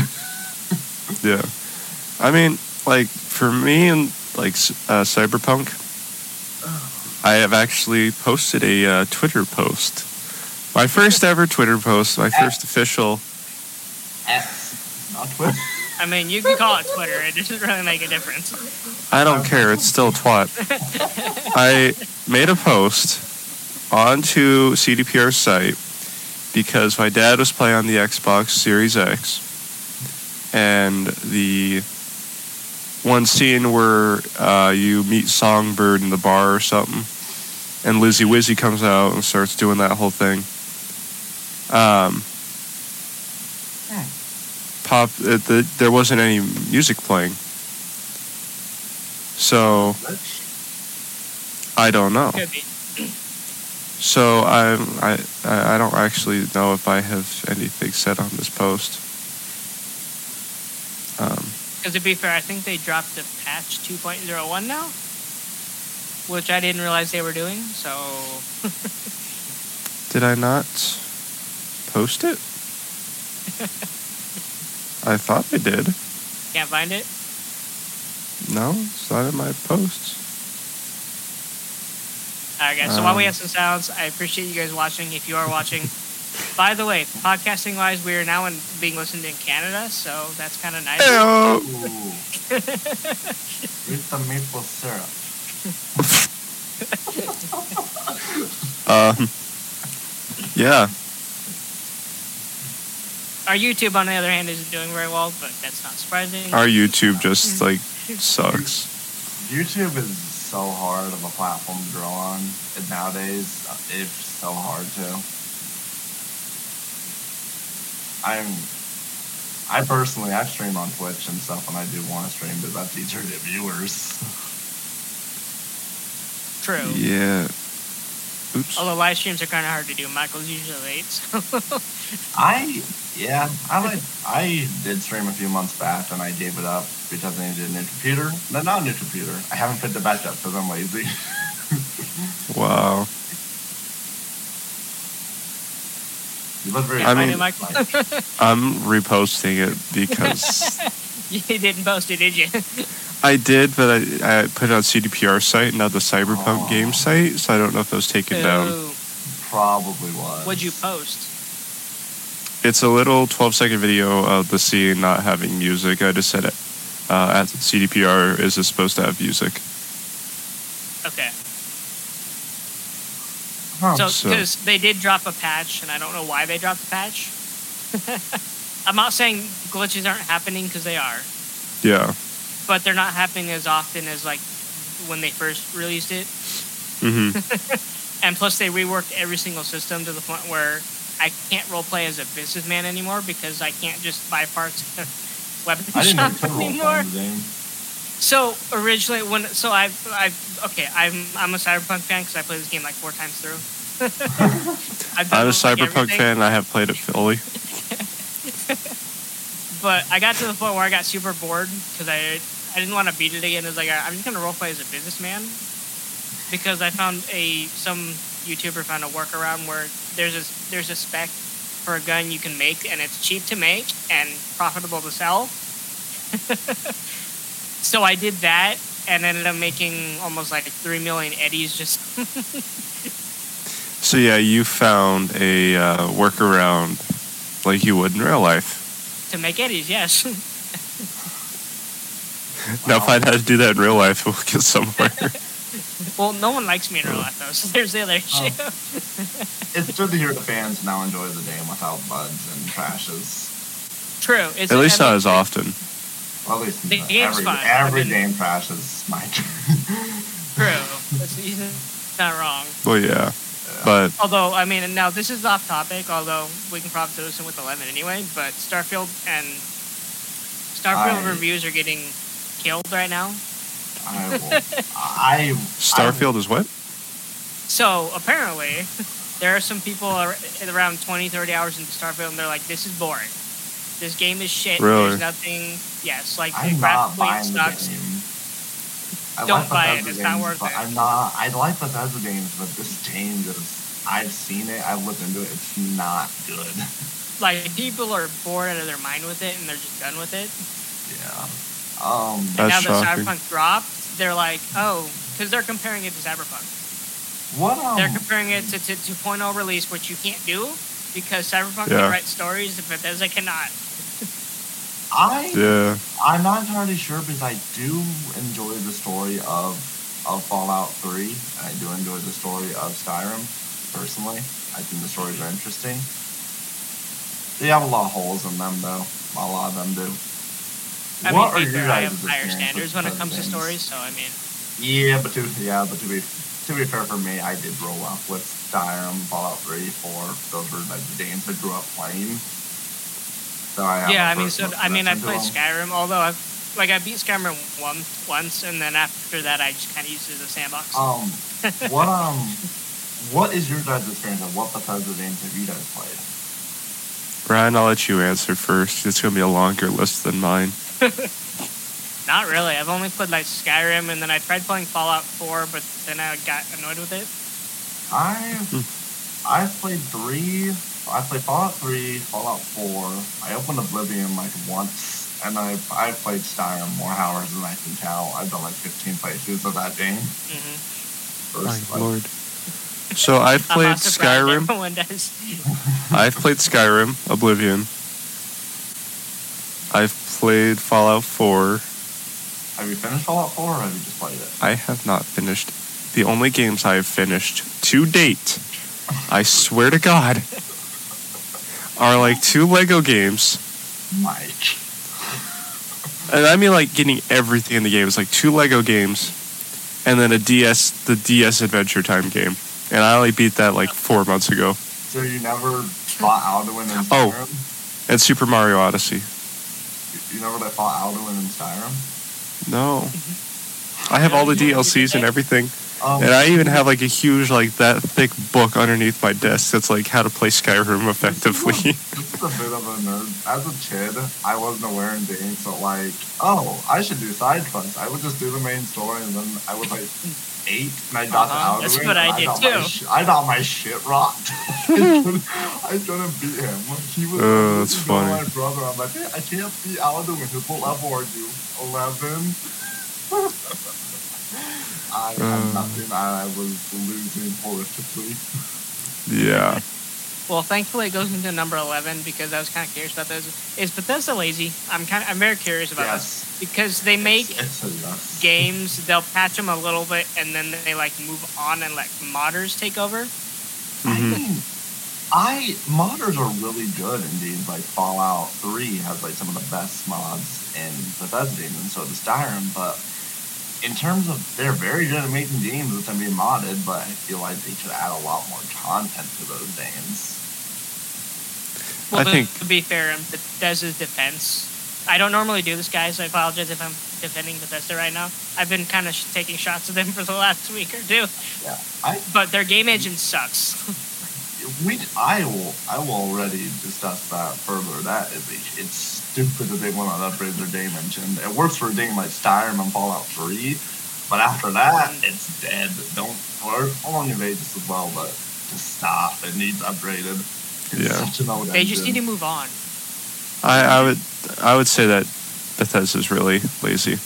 Yeah. I mean, like for me and like c- uh, Cyberpunk, I have actually posted a uh, Twitter post. My first ever Twitter post, my first official.
X, not Twitter.
I mean, you can call it Twitter. It doesn't really make a difference.
I don't care, it's still twat. I made a post onto CDPR's site because my dad was playing on the Xbox Series X, and the one scene where uh, you meet Songbird in the bar or something, and Lizzie Wizzy comes out and starts doing that whole thing. Um,
Hmm.
pop. Uh, the, there wasn't any music playing, so
Which-
I don't know.
Could be.
So I'm, I I I don't actually know if I have anything said on this post. Um,
Because to be fair, I think they dropped the patch 2.01 now, which I didn't realize they were doing. So
did I not post it? I thought I did.
can't find it.
No, it's not in my posts.
All right, guys. So while we
Um,
have some sounds, I appreciate you guys watching. If you are watching, by the way, podcasting wise, we are now in, being listened in Canada, so that's kind of nice.
Ew.
Ooh. Eat the maple syrup.
Um, yeah,
Our YouTube, on the other hand, isn't doing very well, but that's not surprising.
our YouTube just like sucks.
YouTube is so hard of a platform to grow on, and nowadays uh, it's so hard to. I'm, I personally I stream on Twitch and stuff when I do want to stream, but that's easier to get viewers.
True.
Yeah. Oops.
Although live streams are kind of hard to do. Michael's usually late. So.
I yeah I like I did stream a few months back and I gave it up because I needed a new computer. No, not a new computer. I haven't picked it back up because I'm lazy.
Wow.
you look very.
I mean-
do, Michael.
I'm reposting it because
you didn't post it, did you?
I did, but I, I put it on CDPR site, not the Cyberpunk
Aw.
game site, so I don't know if it was taken down.
Ooh,
probably was.
What'd you post?
It's a little 12 second video of the scene not having music. I just said it. Uh, at CDPR, is this supposed to have music?
Okay.
Huh.
So,
so-
because they did drop a patch, and I don't know why they dropped the patch. I'm not saying glitches aren't happening because they are,
Yeah.
but they're not happening as often as like when they first released it.
Mm-hmm.
hmm
And plus, they reworked every single system to the point where I can't roleplay as a businessman anymore because I can't just buy parts at a weapon
I didn't even
shop
play
anymore.
Roll the game.
So originally, when so I I okay, I'm I'm a Cyberpunk fan because I play this game like four times through. I've done
I'm a
like,
Cyberpunk
everything.
fan. I have played it fully.
but I got to the point where I got super bored because I I didn't want to beat it again. It was like I, I'm just gonna roleplay as a businessman because I found a some YouTuber found a workaround where there's a there's a spec for a gun you can make and it's cheap to make and profitable to sell. so I did that and ended up making almost like three million eddies just
So, yeah, you found a uh, workaround like you would in real life.
to make eddies. Yes,
Now, if I'd had to do that in real life, we'll get somewhere.
well, no one likes me in real life though. So there's the other
Oh.
issue.
It's good to hear the fans now enjoy the game without bugs and crashes.
True. It's
At least
I mean,
not as often.
Well, at least
The
not-
game's
every,
fine. I
every
mean-
game crashes. My
True. That's, he's not wrong.
Well, yeah. But
Although, I mean, and now this is off topic, although we can probably do this in with 11 anyway, but Starfield and Starfield
I-
reviews are getting killed right now.
I will. I
Starfield is what?
So apparently, there are some people ar- at around 20, 30 hours into Starfield, and they're like, "This is boring. This game is shit.
Really?
There's nothing." Yes, like
I'm, I'm
graphically
not
it
buying the
sucks.
game. I
Don't
like
buy it,
Bethesda
it's not
games,
worth
but
it.
I'm not. I like Bethesda games, but this change is. I've seen it. I've looked into it. It's not good.
Like people are bored out of their mind with it, and they're just done with it.
Yeah. Um.
And
That's
now that
shocking.
Cyberpunk dropped, they're like, "Oh," because they're comparing it to Cyberpunk.
What um,
Oh.
They're comparing it to, to 2.0 release, which you can't do because Cyberpunk
Yeah.
can write stories that Bethesda cannot.
I
Yeah.
I'm not entirely sure because I do enjoy the story of of Fallout Three. And I do enjoy the story of Skyrim. Personally, I think the stories are interesting. They have a lot of holes in them, though. A lot of them do.
I
What
mean, to
are
be
your
fair, I
guys'
have higher
experience with
standards when it
Bethesda
comes to
games?
stories, so I mean,
Yeah, but to yeah, but to be to be fair for me, I did grow up with Skyrim, Fallout Three, Four. Those were like the games I grew up playing. So I have
yeah, I
a
mean, so
personal
I mean, I
connection to
played
them.
Skyrim, although I've like I beat Skyrim one once, and then after that, I just kind of used it as a sandbox.
Um, what um, what is your guys' experience of what Bethesda games have you guys played?
Ryan, I'll let you answer first. It's going to be a longer list than mine.
Not really. I've only played like Skyrim, and then I tried playing Fallout 4, but then I got annoyed with it.
Hmm.
I I played three. I played Fallout three, Fallout four. I opened Oblivion like once, and I I played Skyrim more hours than I can count. I've done like fifteen playthroughs of that game.
Mm-hmm.
First, like,
lord. So I've played Skyrim.
Everyone does.
I've played Skyrim, Oblivion. I've played Fallout 4.
have you finished Fallout four, or have you just played it?
I have not finished. The only games I have finished to date, I swear to God, are like two Lego games.
Mike,
And I mean like getting everything in the game. It's like two Lego games and then a DS, the DS Adventure Time game. And I only beat that like four months ago.
so you never fought Alduin in
Oh.
Skyrim?
And Super Mario Odyssey.
You, you never like, fought Alduin in Skyrim?
No. I have all the DLCs and everything.
Um,
And I even have like a huge, like that thick book underneath my desk that's like how to play Skyrim effectively.
This is a bit of a nerd. As a kid, I wasn't aware in games so like, oh, I should do side quests. I would just do the main story, and then I was like eight, and I got
Uh-huh.
to Alduin.
That's what I
and
did
got my
too.
sh- I got my shit rocked. I couldn't I couldn't beat him. He was
Oh, that's
he was
funny.
my brother. I'm like, I can't beat Alduin. His what level are you? Eleven. I
Uh.
had nothing. I was losing horrifically.
yeah.
Well, thankfully, it goes into number eleven because I was kind of curious about those. Is Bethesda lazy? I'm kind of, I'm very curious about
Yes.
this because they make
It's a yes.
games, they'll patch them a little bit, and then they like move on and let modders take over.
I mean, I modders are really good in games like Fallout Three has like some of the best mods in Bethesda games, and so does Skyrim. But in terms of they're very good at making games that can be modded, but I feel like they should add a lot more content to those games.
Well,
I
to,
think-
to be fair, in Bethesda's defense, I don't normally do this, guys. So I apologize if I'm defending Bethesda right now. I've been kind of sh- taking shots at them for the last week or two,
Yeah, I
but their game engine sucks.
we I will I will already discuss that further. That is a, it's stupid that they want to upgrade their game engine. It works for a game like Skyrim and Fallout Three, but after that it's dead. Don't or Falling of Ages as well, but just stop. It needs upgraded. It's
Yeah.
such an old
they just need
engine.
to move on.
I, I would I would say that Bethesda's really lazy.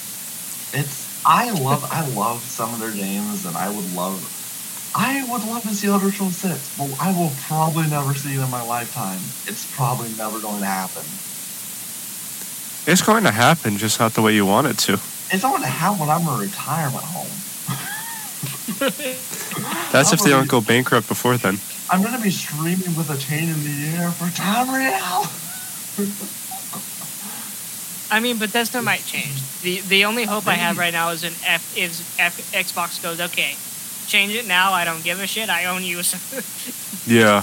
It's I love I love some of their games and I would love I would love to see Elder Scrolls Six, but I will probably never see it in my lifetime. It's probably never going to happen.
It's going to happen, just not the way you want it to.
It's not to have when I'm a retirement home.
That's if
Probably.
they don't go bankrupt before then.
I'm gonna be streaming with a chain in the air for time real.
I mean, Bethesda might change. the The only hope I have right now is an F is F, Xbox goes okay, change it now. I don't give a shit. I own you.
Yeah.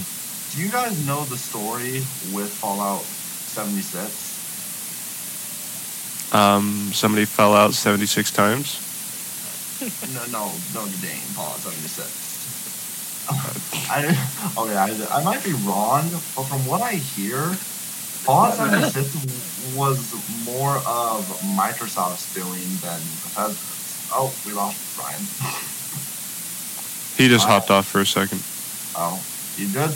Do you guys know the story with Fallout 76?
Um, somebody fell out 76 times.
no, no, no, Dane. Pause. I'm just saying. I okay. I, I might be wrong, but from what I hear, Fallout 76 was more of Microsoft's doing than Bethesda's. Oh, we lost Brian.
He just
Wow.
hopped off for a second.
Oh, you good?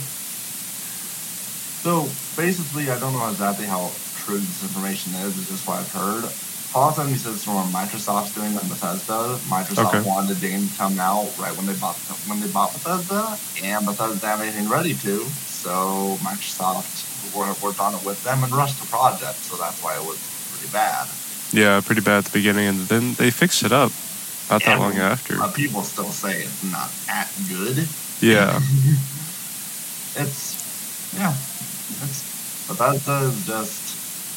So basically, I don't know exactly how true this information is. It's just what I've heard. Fallout 76 from what Microsoft's doing than Bethesda. Microsoft
Okay.
wanted the game to come out right when they bought when they bought Bethesda, and Bethesda didn't have anything ready to. So Microsoft wor- worked on it with them and rushed the project. So that's why it was pretty bad.
Yeah, pretty bad at the beginning, and then they fixed it up not that
Yeah.
long after.
Uh, people still say it's not that good.
Yeah,
It's yeah. It's Bethesda is just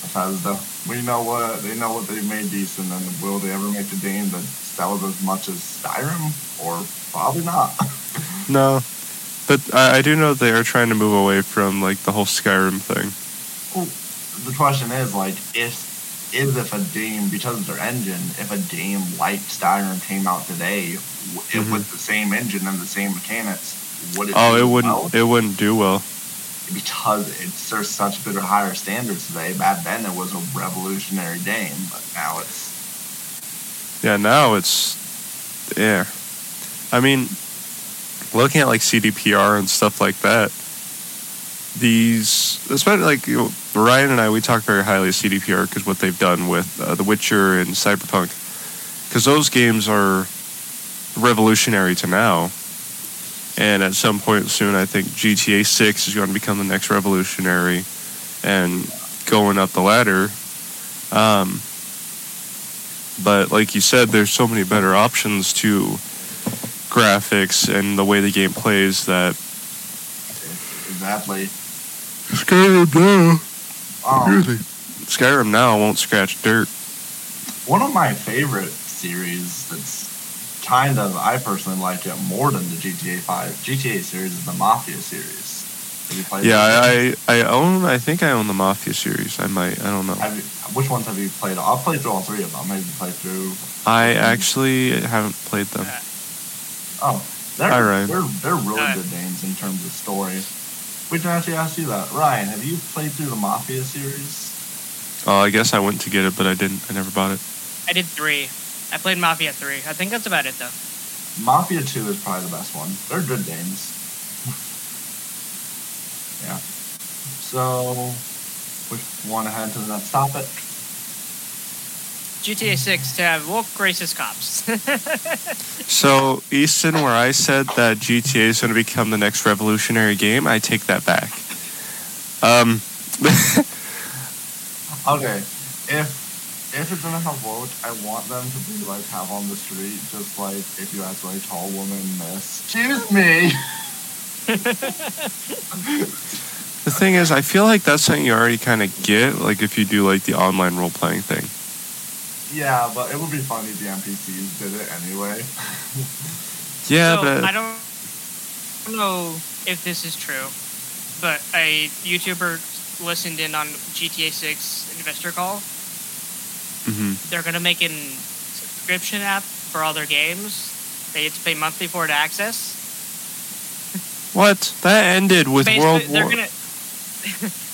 Bethesda. We know what they know what they made decent, and will they ever make a game that sells as much as Skyrim? Or probably not.
no, but I, I do know they are trying to move away from like the whole Skyrim thing.
the question is like if is if a game because of their engine, if a game like Skyrim came out today w-
Mhm.
with the same engine and the same mechanics, would it?
Oh,
do
it wouldn't.
well?
It wouldn't do well.
because it's there's such bigger higher standards today. Back then it was a revolutionary game, but now it's
Yeah, now it's yeah. I mean, looking at like CDPR and stuff like that, these especially like you know, Ryan and I, we talk very highly of CDPR because what they've done with uh, The Witcher and Cyberpunk, because those games are revolutionary to now. And at some point soon, I think GTA Six is going to become the next revolutionary, and going up the ladder. Um, but like you said, there's so many better options to graphics and the way the game plays that
it's exactly
Skyrim now,
um,
Skyrim now won't scratch dirt.
one of my favorite series that's kind of I personally like it more than the GTA five GTA series is the Mafia series. Have you played
Yeah,
those?
I, I I own. I think I own the Mafia series. I might. I don't know.
have you, which ones have you played? I'll play through all three of them. Have you played through
I actually haven't played them.
Oh, they're
All right.
they're they're really
All right.
good games in terms of story. We can actually ask you that, Ryan. Have you played through the Mafia series?
Oh, I guess I went to get it, but I didn't. I never bought it.
I did three. I played Mafia three. I think that's about it though.
Mafia 2 is probably the best one. They're good games. yeah. So, we want to head to the next topic.
GTA six to have woke racist cops.
So Easton, where I said that GTA is going to become the next revolutionary game, I take that back. Um,
Okay, if if it's gonna have woke, I want them to be like have on the street, just like if you ask a really tall woman, miss, excuse me.
The thing is, I feel like that's something you already kind of get, like if you do like the online role playing thing.
Yeah, but it would be funny if the NPCs did it anyway.
Yeah,
so,
but
I don't I don't know if this is true, but a YouTuber listened in on GTA six investor call.
Mhm.
They're gonna make an subscription app for all their games. They get to pay monthly for it to access.
what that ended with
Basically,
World
they're
War.
gonna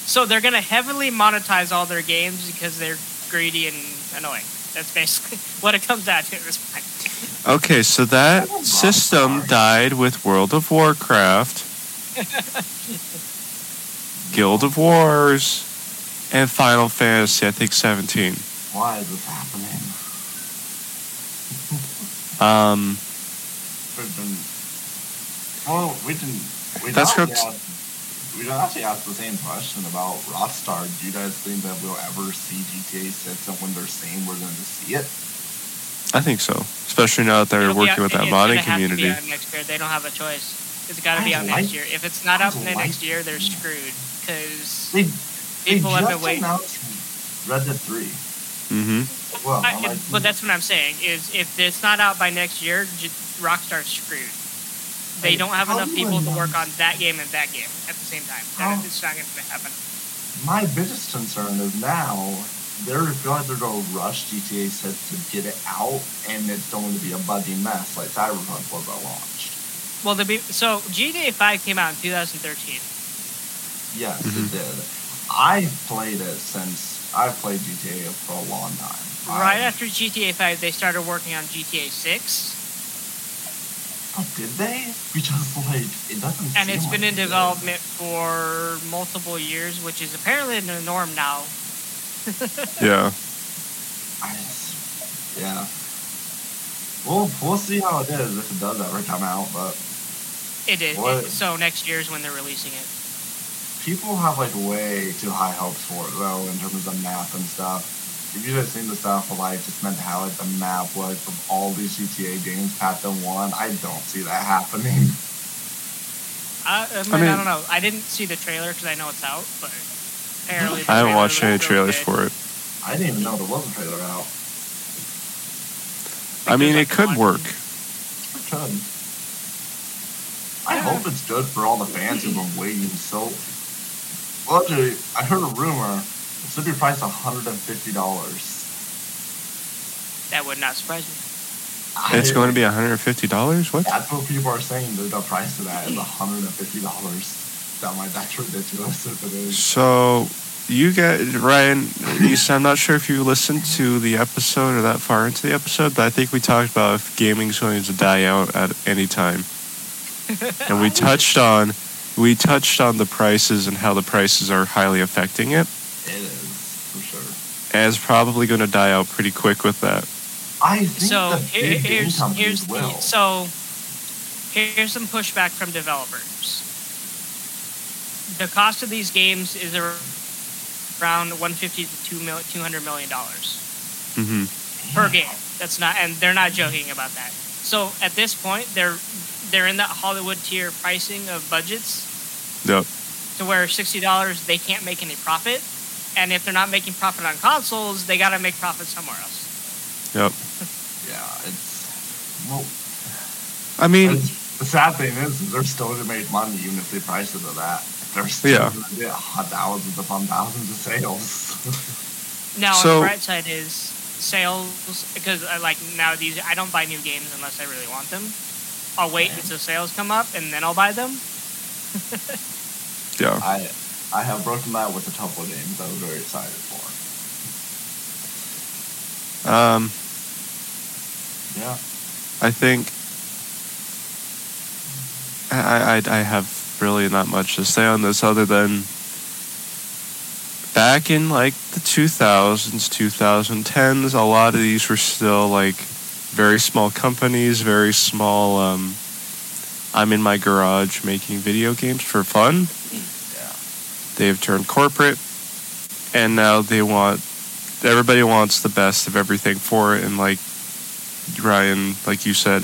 so they're gonna heavily monetize all their games because they're greedy and annoying. That's basically what it comes down to. at this point.
Okay, so that
World War.
system died with World of Warcraft, Guild of Wars, and Final Fantasy. I think seventeen.
Why is this happening?
Um,
We've been, well, we didn't. We
That's
don't
correct.
ask- We don't actually ask the same question about Rockstar. Do you guys think that we'll ever see GTA 6 and when they're saying we're going to see it?
I think so. Especially now that they're
It'll be
working
out-
with that
it's gonna
modding
have to be
community.
out next year. They don't have a choice. It's got to
I
be out
like-
next year. If it's not
I
out in the next
like-
year, they're screwed because
They, they
people have
just
been waiting.
announced Red Dead 3.
hmm
Well,
I-
I'm
it-
like,
but that's what I'm saying is if it's not out by next year, J- Rockstar's screwed. They
Wait,
don't have
how
enough
do you
people to work on
announce-
that game and that game at the same time.
How-
That is, it's not going to happen.
my biggest concern is now they're going to go rush GTA said to get it out, and it's going to be a buzzy mess like Cyberpunk was at launch.
Well, the be- so GTA Five came out in 2013.
Yes,
Mhm.
it did. I played it since I've played GTA for a long time.
Right
I-
after GTA Five, they started working on GTA Six,
Oh, did they? Because like it doesn't.
and
seem
it's
like
been in
they did.
development for multiple years, which is apparently the norm now.
Yeah.
I just- yeah. Well, we'll see how it is if it does ever come out. But
It is.
What?
So next year is when they're releasing it.
people have like way too high hopes for it though in terms of the map and stuff. If you guys seen the stuff for like just meant how like the map was of all these GTA games packed in one, I don't see that happening.
Uh, I, I, mean, I
mean-
don't know. I didn't see the trailer because I know it's out, but apparently the
I haven't
trailer
watched any
looks really good.
trailers for it.
I didn't even know there was a trailer out.
I mean,
there's,
it
like,
could
one-
work.
It could. I hope it's good for all the fans who've been waiting so. Well, actually, I heard a rumor. It's gonna be priced one hundred and fifty dollars.
That would not surprise me.
It's going to be $150? What?
That's what people are saying. That the price of that is one hundred and fifty dollars. That might that's ridiculous if it is.
So, you get Ryan, you said, I'm not sure if you listened to the episode or that far into the episode, but I think we talked about if gaming's going to die out at any time. and we touched on we touched on the prices and how the prices are highly affecting
It
it.
is for sure.
And it's probably going to die out pretty quick with that.
I think
So
the
he-
big game
here's
companies
here's the,
will.
so here's some pushback from developers. The cost of these games is ar- around 150 to 2 mil- 200 million dollars.
hmm
per game. That's not, and they're not joking about that. So at this point, they're they're in that Hollywood tier pricing of budgets
Yep.
to where sixty dollars they can't make any profit, and if they're not making profit on consoles, they got to make profit somewhere else.
Yep.
yeah, it's well.
I mean,
And the sad thing is, is they're still gonna make money even if they price it at that. They're still
Yeah.
gonna get hot thousands upon thousands of sales.
Now on
So-
the bright side is sales because I like now these I don't buy new games unless I really want them. I'll wait
Right.
until sales come up and then I'll buy them.
yeah.
I I have broken that with a couple of games I was very excited for.
Um,
Yeah.
I think I, I I have really not much to say on this other than back in like the 2000s, 2010s, a lot of these were still like very small companies, very small. Um, I'm in my garage making video games for fun.
Yeah.
They've turned corporate, and now they want everybody wants the best of everything for it. And like Ryan, like you said,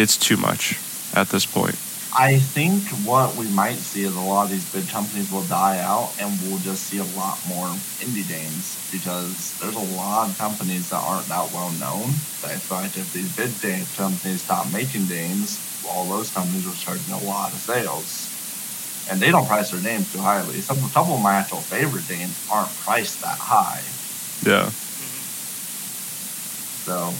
it's too much at this point.
I think what we might see is a lot of these big companies will die out and we'll just see a lot more indie games because there's a lot of companies that aren't that well known. But I feel like if these big game companies stop making games, all those companies are charging a lot of sales. And they don't price their names too highly. Some a couple of my actual favorite games aren't priced that high.
Yeah,
So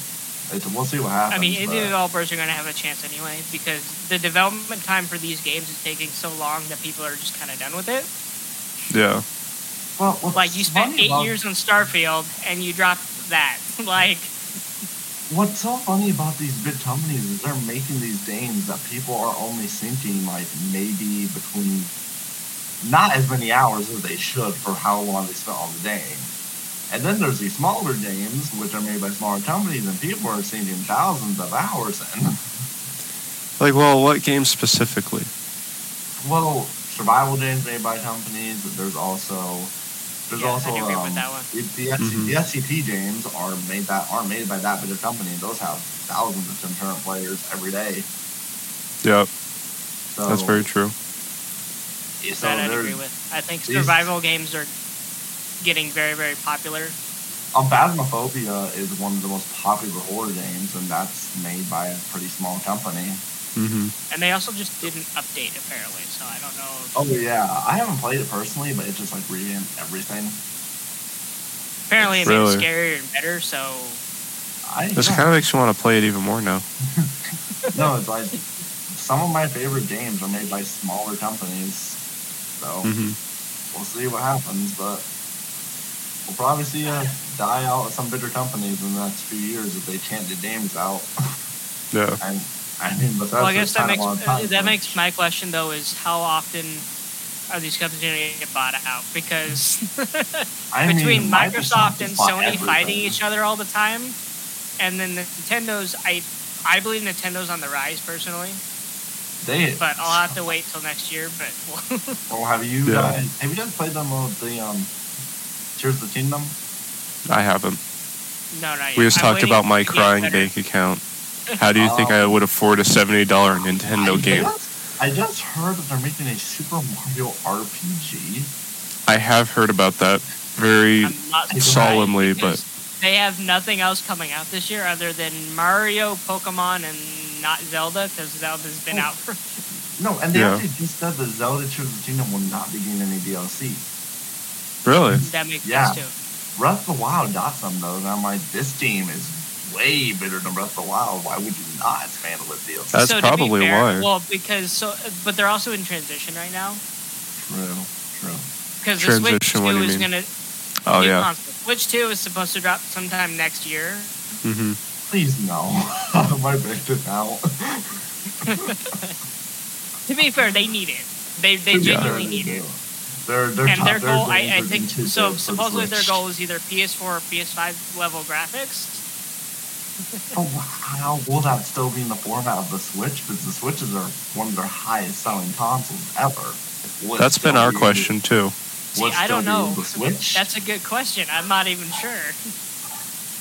it's, we'll see what happens.
I mean, indie
but-
developers are going to have a chance anyway because the development time for these games is taking so long that people are just kind of done with it.
yeah,
well, what's
Like you spent
funny
eight
about-
years on Starfield and you dropped that. like,
What's so funny about these big companies is they're making these games that people are only sinking like maybe between not as many hours as they should for how long they spent on the game. And then there's these smaller games which are made by smaller companies and people are sinking thousands of hours in.
like well, what game specifically?
Well, survival games made by companies, but there's also there's
Yeah, I
also
do agree with
um,
that one.
The, the, SC,
Mhm.
the SCP games are made that are made by that bit of company. Those have thousands of concurrent players every day.
Yeah,
So
that's very true.
So
that I'd
there-
agree with. I think
these-
survival games are getting very, very popular.
Um, Phasmophobia is one of the most popular horror games, and that's made by a pretty small company.
Mm-hmm.
And they also just did an update, apparently. So I don't know. If,
Oh yeah, I haven't played it personally, but it just like revamped everything.
Apparently, it
Really?
made it scarier and better. So
I
This
yeah.
kind of makes me want to play it even more now.
no, it's like some of my favorite games are made by smaller companies. So
hmm
we'll see what happens, but we'll probably see a die out of some bigger companies in the next few years if they can't get games out.
Yeah.
And I mean, but that's
well, I guess that
kind
makes
of on time
uh, that
for-
makes my question though is how often are these companies going to get bought out? Because
I mean,
between Microsoft, and
has bought
Sony fighting
everything.
each other all the time, and then Nintendo's I I believe Nintendo's on the rise personally,
They,
but uh, I'll have to wait till next year. But we'll,
Well, have you
Yeah.
guys? Have you guys played them on the um, Tears of the Kingdom?
I haven't.
no, no.
We just talked about my crying
big.
bank account. How do you think I would afford a $70 Nintendo
I
game?
Just, I just heard that they're making a Super Mario RPG.
I have heard about that. Very.
I'm not surprised
solemnly, but-
because they have nothing else coming out this year other than Mario, Pokemon, and not Zelda because Zelda's
Oh.
been out for.
No, and they
Yeah.
actually just said that Zelda Tears of the Kingdom will not be getting any DLC.
Really?
That makes
Yeah.
sense too.
Breath of the Wild got some though, and I'm like, this game is way better than Breath of the Wild. Why would you not expand it with DLC?
That's
so to be
probably
fair-
why.
Well, because so, but they're also in transition right now
true, true.
because the Switch
Transition, what do
Two
you
is
mean?
going to
Oh,
new
yeah.
console. Switch 2 is supposed to drop sometime next year.
hmm
Please no. My victim out.
To be fair, they need it. They they
Yeah.
genuinely need it.
They're, they're
And
top-
their
their
goal, I, I
games are
think,
too
so
good for the
supposedly their
Switch.
goal is either PS4 or PS5 level graphics.
But Oh, how will that still be in the format of the Switch? Because the Switches are one of their highest selling consoles ever. Will it
That's been
still
our
be-
question, too.
See,
will it
I
still
don't
be
know.
The Switch?
That's a good question. I'm not even sure.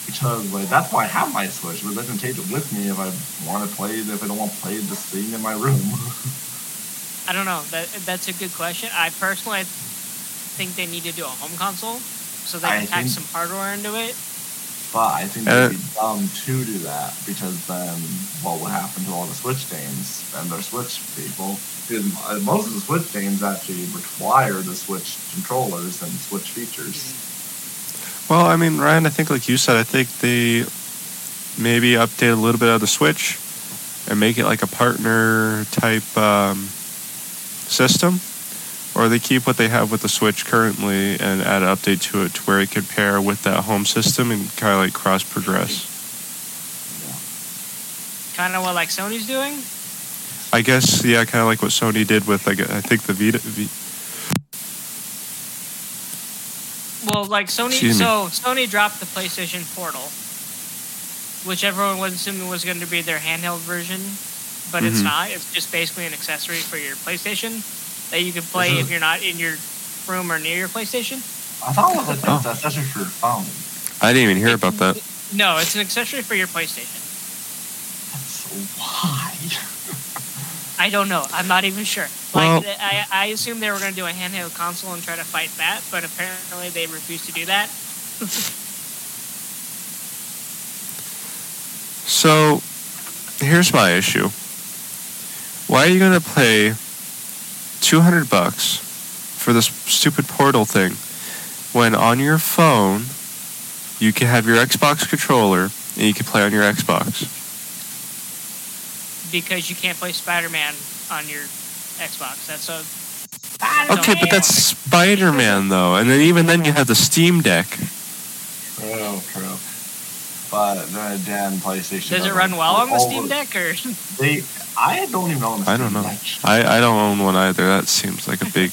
because like that's why I have my Switch, because I can take it with me if I want to play it. If I don't want to play it, just sitting in my room.
I don't know. That that's a good question. I personally think they need to do a home console so they
I
can pack
think-
some hardware into it.
but I think
Uh,
it'd be dumb to do that because then what would happen to all the Switch games and their Switch people? Because uh, most of the Switch games actually require the Switch controllers and Switch features.
Mm-hmm.
Well, I mean, Ryan, I think, like you said, I think they maybe update a little bit of the Switch and make it like a partner type um, system, or they keep what they have with the Switch currently and add an update to it to where it could pair with that home system and kind of like cross progress.
Kind of what like Sony's doing.
I guess, yeah, kind of like what Sony did with, like, I think the Vita. V-
Well, like Sony,
Excuse me.
so Sony dropped the PlayStation Portal, which everyone was assuming was going to be their handheld version, but it's
Mhm.
not. It's just basically an accessory for your PlayStation that you can play
This
if
is-
you're not in your room or near your PlayStation.
I thought it was like
Oh.
an accessory for your phone.
I didn't even hear about that.
No, it's an accessory for your PlayStation.
So why?
I don't know. I'm not even sure. Like,
Well-
th- I, I assumed they were going to do a handheld console and try to fight that, but apparently they refused to do that.
So, here's my issue. Why are you gonna pay two hundred bucks for this stupid portal thing when on your phone you can have your Xbox controller and you can play on your Xbox?
because you can't play Spider-Man on your Xbox. That's a
Okay, but that's Spider Man though, and then even then you have the Steam Deck.
True, true. Oh, But then again, PlayStation.
does it
doesn't
run well on the
all
Steam
of-
Deck or
They, I don't even know. On the
I don't
Steam
know.
Deck.
I, I don't own one either. That seems like a big.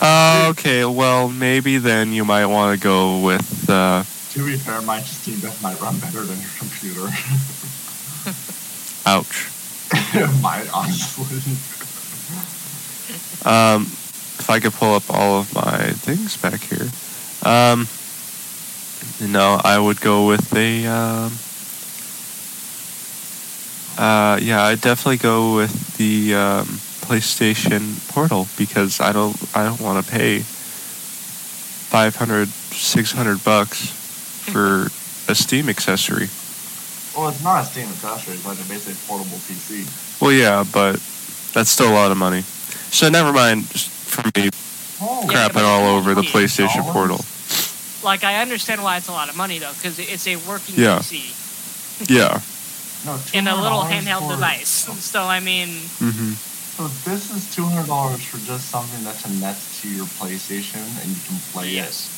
Uh, okay, well maybe then you might want to go with. Uh,
To be fair, my Steam Deck might run better than your computer.
ouch.
it might honestly.
Um, if I could pull up all of my things back here. Um, no, I would go with a. Um, uh, yeah, I'd definitely go with the um, PlayStation Portal because I don't I don't want to pay 500, 600 bucks for a Steam accessory.
Well, it's not a Steam accessory. It's like a basic portable PC.
Well, yeah, but that's still a lot of money. So never mind just for me
Oh,
Yeah,
crapping all over the PlayStation Portal.
Like I understand why it's a lot of money though, because it's a working
Yeah.
PC
Yeah.
No,
and a little
$200
handheld
for-
device. So I mean,
hmm
So this is two hundred dollars for just something that connects to your PlayStation and you can play
yes.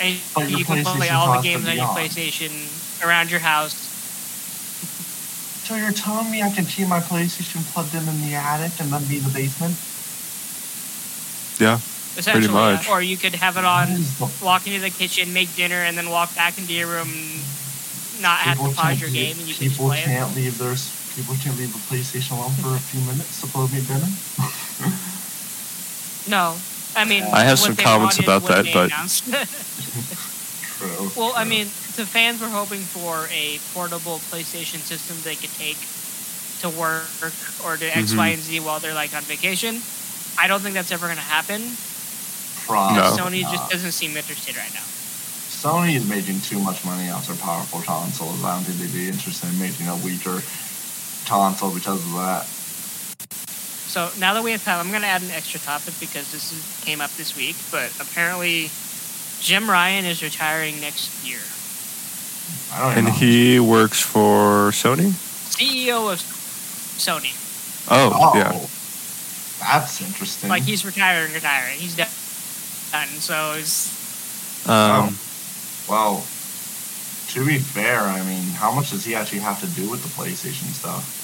And
But Oh, your
you can play
PlayStation
all the
costs
games
and
on your
beyond.
PlayStation around your house.
it. So you're telling me I can keep my PlayStation plugged in in the attic and then be in the basement?
Yeah.
Essentially, yeah.
much.
or you could have it on.
That is the
walk into the kitchen, make dinner, and then walk back into your room, not have
People
to pause
can't
your
leave-
game, and you can just
people
play it.
can't leave their s- people can't leave the PlayStation alone for a few minutes to plug me dinner.
No, I mean,
I
have
what
some
they
comments
wanted
about
when
that,
they
but-
announced-
True.
well, I mean, the fans were hoping for a portable PlayStation system they could take to work or to X,
Mhm.
Y, and Z while they're like on vacation. I don't think that's ever going to happen.
Probably
No.
Sony just
not.
doesn't seem interested right now.
Sony is making too much money off their powerful consoles. I don't think they'd be interested in making a weaker console because of that.
So now that we have time, I'm going to add an extra topic because this is, came up this week. But apparently, Jim Ryan is retiring next year.
I don't even
And
know.
he works for Sony?
CEO E of Sony.
Oh,
oh,
yeah.
that's interesting.
Like he's retiring, retiring. He's done. done. So it's
Um,
well, to be fair, I mean, how much does he actually have to do with the PlayStation stuff?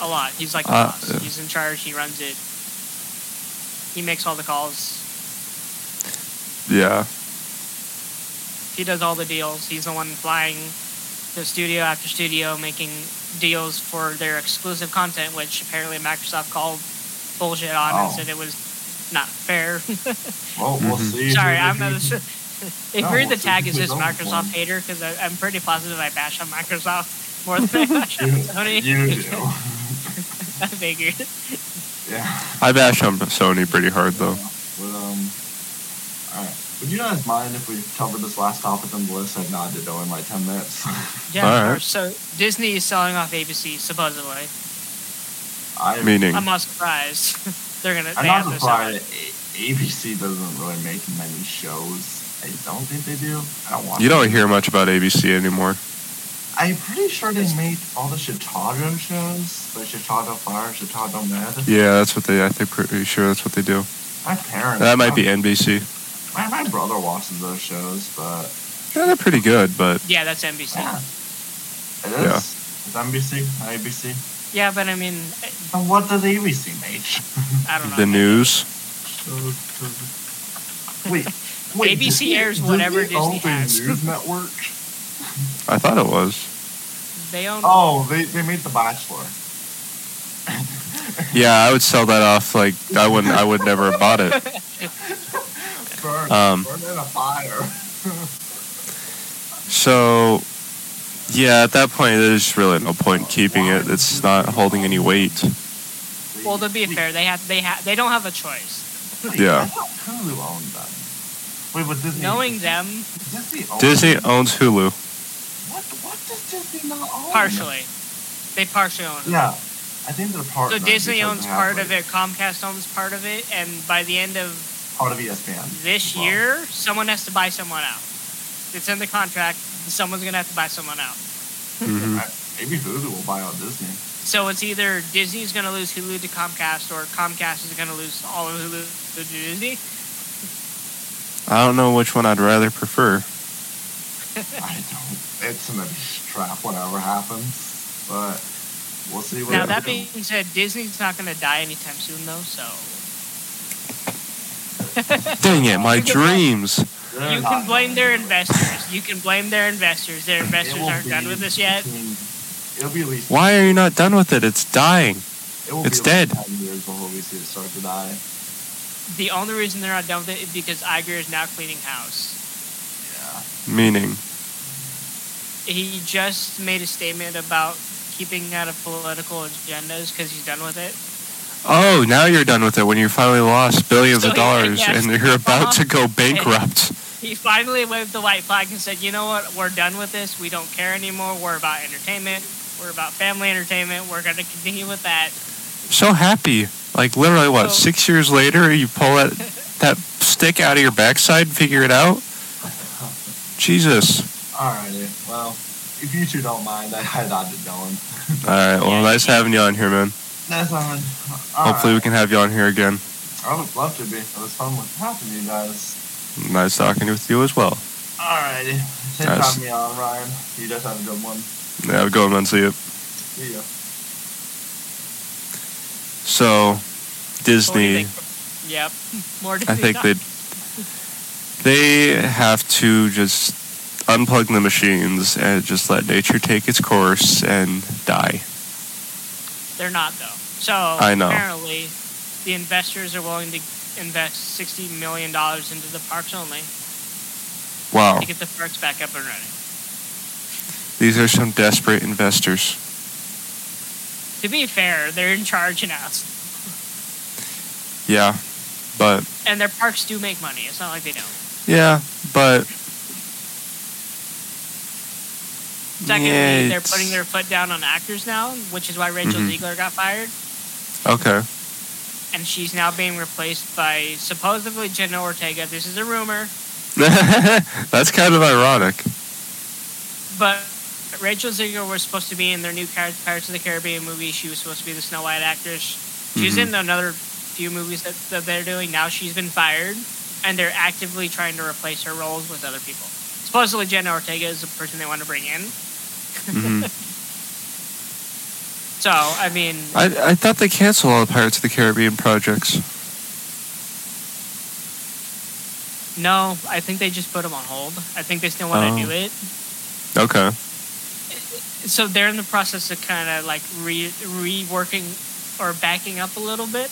a lot. He's like the
Uh,
boss.
yeah.
He's in charge. He runs it. He makes all the calls.
yeah.
He does all the deals. He's the one flying to studio after studio, making deals for their exclusive content, which apparently Microsoft called bullshit on and
Oh.
said it was not fair.
Well, we'll
Mhm.
see.
Sorry,
who
I'm
the-
not. If
No,
you're the
it's-
tag
it's
is this
his own
Microsoft
one.
hater, because I'm pretty positive I bash on Microsoft more than I bash on
You,
Sony.
you do.
I figured.
yeah.
I bash on Sony pretty hard, though.
But, um, alright. Would you guys mind if we covered this last topic on the list? I've nodded though in like 10 minutes.
Yeah,
All
sure.
right.
So Disney is selling off ABC supposedly.
I,
Meaning,
I'm not surprised. They're gonna.
I'm
they
not
have to sell
surprised.
it.
A- ABC doesn't really make many shows. I don't think they do. I don't watch
you don't
them.
hear much about ABC anymore.
I'm pretty sure they made all the Chicago shows, the Chicago Fire, Chicago Med.
Yeah, that's what they. I think pretty sure that's what they do.
My parents.
That might
my-
be NBC.
My, my brother watches those shows, but
Yeah, they're pretty good, but
Yeah, that's NBC.
yeah.
Yeah.
It is.
Yeah.
It's NBC, ABC.
but I mean,
So what does ABC make?
I don't know.
the news.
wait,
ABC airs whatever Disney
own the
has.
News network.
I thought it was.
They own.
Oh, they, they made The Bachelor.
Yeah, I would sell that off. Like I wouldn't. I would never have bought it.
Burn,
Um,
burn in a fire.
So, yeah, at that point, there's really no point in keeping it. It's not holding any weight.
Well, to be fair, they have. They have. They don't have a choice.
Wait,
Yeah.
I thought Hulu owned them. Wait, but Disney.
Knowing them
Disney. Owned
Disney
Them?
owns Hulu.
What? What does Disney not own?
partially, they partially own. it.
Yeah, I think they're part.
So
of them
Disney
because
owns
they have,
part
like,
of it. Comcast owns part of it, and by the end of
Part of E ESPN.
this
Wow.
year, someone has to buy someone out. It's in the contract. Someone's gonna have to buy someone out.
hmm
I- Maybe Hulu will buy out Disney.
So it's either Disney's gonna lose Hulu to Comcast, or Comcast is gonna lose all of Hulu to Disney.
I don't know which one I'd rather prefer.
I don't. It's an trap. Whatever happens, but we'll see. What
Now
they
that
do.
being said, Disney's not gonna die anytime soon, though. So
Dang it, my dreams.
They're
you
not
can blame their
gonna do it.
investors. You can blame their investors. Their
It
investors
will
aren't done
be
with this yet.
between- It'll be at least.
Why are you not done with it? It's dying.
It will
It's
be at least
dead.
Ten years before we see it start to die.
The only reason they're not done with it is because Iger is now cleaning house.
Yeah.
Meaning,
he just made a statement about keeping out of political agendas because he's done with it.
oh, now you're done with it when you finally lost billions
So,
of dollars
yes.
and you're about to go bankrupt.
He finally waved the white flag and said, "You know what? We're done with this. We don't care anymore. We're about entertainment. We're about family entertainment. We're going to continue with that."
So happy. Like, literally, what,
So-
six years later, you pull it that stick out of your backside and figure it out? Jesus.
Alrighty. Well, if you two don't mind, I had that going.
All right. Well, nice having you on here, man.
That's fine.
Hopefully, we can have you on here again.
I would love to be. It was fun with talking to you guys.
Nice talking with you as well.
Alrighty. Thanks for
Nice.
having me on, Ryan. You guys have a good one.
Yeah, I'll go and see you.
See ya.
So,
What do you
Disney.
think? Yep. More Disney.
I think
talk.
that they have to just unplug the machines and just let nature take its course and die.
They're not though. So
I know.
apparently, the investors are willing to invest sixty million dollars into the parks only
Wow,
to get the parks back up and running.
these are some desperate investors.
To be fair, they're in charge and us,
Yeah, but
and their parks do make money. It's not like they don't.
yeah, but
Secondly,
Yeah,
they're
it's-
putting their foot down on actors now, which is why Rachel
Mhm.
Ziegler got fired,
okay,
and she's now being replaced by supposedly Jenna Ortega. This is a rumor,
that's kind of ironic.
but Rachel Ziegler was supposed to be in their new Car- Pirates of the Caribbean movie. She was supposed to be the Snow White actress. She's
Mhm.
in another few movies that, that they're doing now. She's been fired, and they're actively trying to replace her roles with other people. Supposedly, Jenna Ortega is the person they want to bring in.
hmm
So, I mean,
I I thought they canceled all the Pirates of the Caribbean projects.
no, I think they just put them on hold. I think they still want to
Oh.
do it.
Okay,
so they're in the process of kind of like re- reworking or backing up a little bit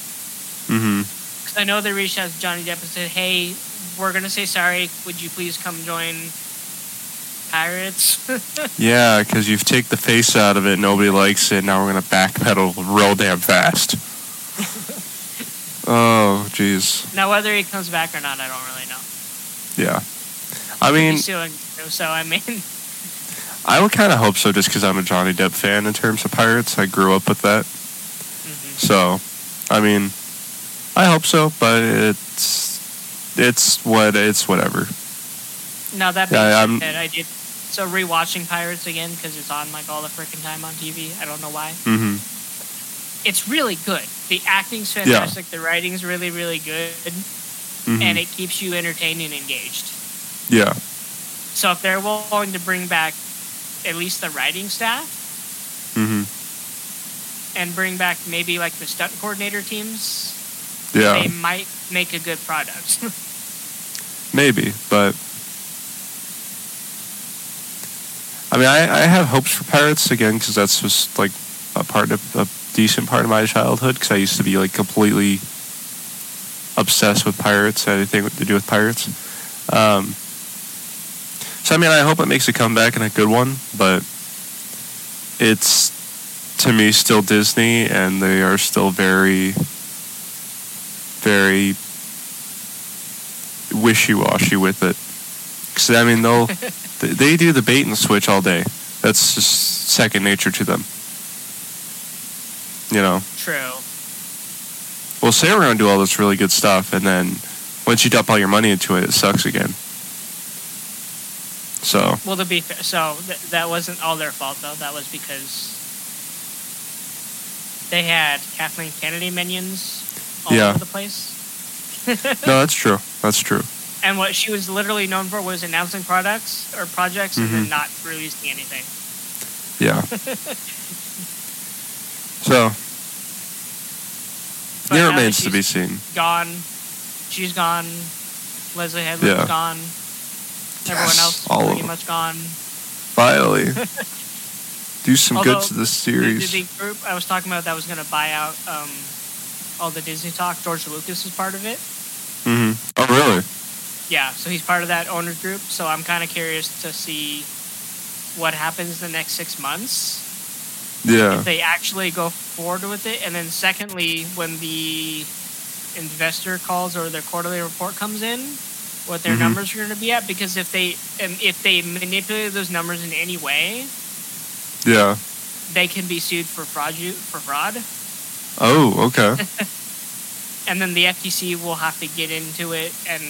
hmm
because I know they reached out to Johnny Depp and said, "Hey, we're gonna say sorry. Would you please come join Pirates?"
yeah, because you've taken the face out of it. Nobody likes it. Now we're gonna backpedal real damn fast. oh, jeez.
now, whether he comes back or not, I don't really know.
Yeah. I
He's
mean,
still in- so I mean,
I would kind of hope so just because I'm a Johnny Depp fan in terms of pirates. I grew up with that.
mhm.
So, I mean, I hope so, but it's it's what it's whatever.
now that being
Yeah,
said,
I'm-
that I did so rewatching Pirates again because it's on like all the freaking time on TV. I don't know why.
Mhm.
It's really good. The acting's fantastic. The writing's really, really good.
Mhm.
and it keeps you entertained and engaged.
yeah.
So if they're willing to bring back at least the writing staff
Mhm.
and bring back maybe like the stunt coordinator teams,
Yeah.
they might make a good product.
Maybe, but I mean, I, I have hopes for Pirates again because that's just like a part of a decent part of my childhood because I used to be like completely obsessed with pirates, anything to do with pirates. Um, so I mean, I hope it makes a comeback and a good one, but it's to me still Disney, and they are still very, very wishy-washy with it. Because I mean, they'll th- they do the bait and switch all day. That's just second nature to them. You know,
True.
we'll say we're gonna do all this really good stuff, and then once you dump all your money into it, it sucks again. So
Well, to be fair, so th- that wasn't all their fault though. That was because they had Kathleen Kennedy minions all
Yeah.
over the place,
no, that's true. That's true.
and what she was literally known for was announcing products or projects and then
Mhm.
not releasing anything.
Yeah. so
But now
it
that
remains to
she's
be seen.
gone. She's gone. Leslie Headland's
Yeah.
gone. Everyone
Yes,
else is
all of
pretty
them.
much gone.
Finally, do some good
Although,
to this
The,
series.
the- the group I was talking about that was going to buy out um, all the Disney talk. George Lucas is part of it.
hmm Oh, really?
Yeah, so he's part of that owner group. So I'm kind of curious to see what happens the next six months
Yeah.
if they actually go forward with it. And then secondly, when the investor calls or their quarterly report comes in, what their
Mhm.
numbers are going to be at. Because if they um, if they manipulate those numbers in any way,
Yeah.
they can be sued for fraud. For fraud.
Oh, okay.
and then the FTC will have to get into it, and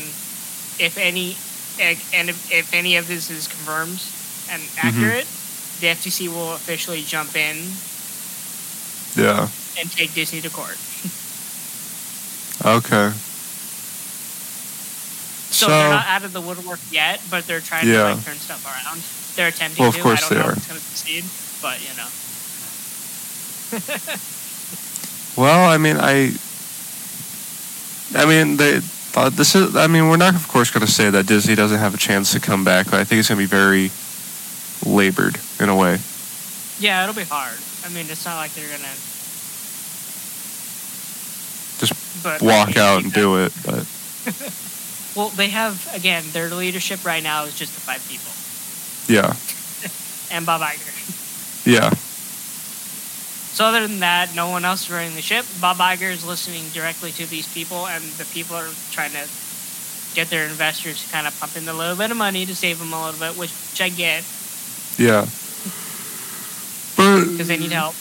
if any, eh, and if, if any of this is confirmed and
Mm-hmm.
accurate, the FTC will officially jump in
Yeah.
and take Disney to court.
Okay.
So, they're not out of the woodwork yet, but they're trying
Yeah.
to like, turn stuff around. They're attempting
Well, of
to.
course
I don't
they
know
are.
if it's going to succeed, but you know.
Well, I mean, I, I mean, they thought this is. I mean, we're not, of course, going to say that Disney doesn't have a chance to come back. But I think it's going to be very labored in a way.
Yeah, it'll be hard. I mean, it's not like they're gonna
Just
but
Walk out and do it, but
Well, they have again. Their leadership right now is just the five people
yeah,
and Bob Iger.
yeah,
So other than that, no one else is running the ship. Bob Iger is listening directly to these people, and the people are trying to get their investors to kind of pump in a little bit of money to save them a little bit, which I get
yeah.
because
But
they need help.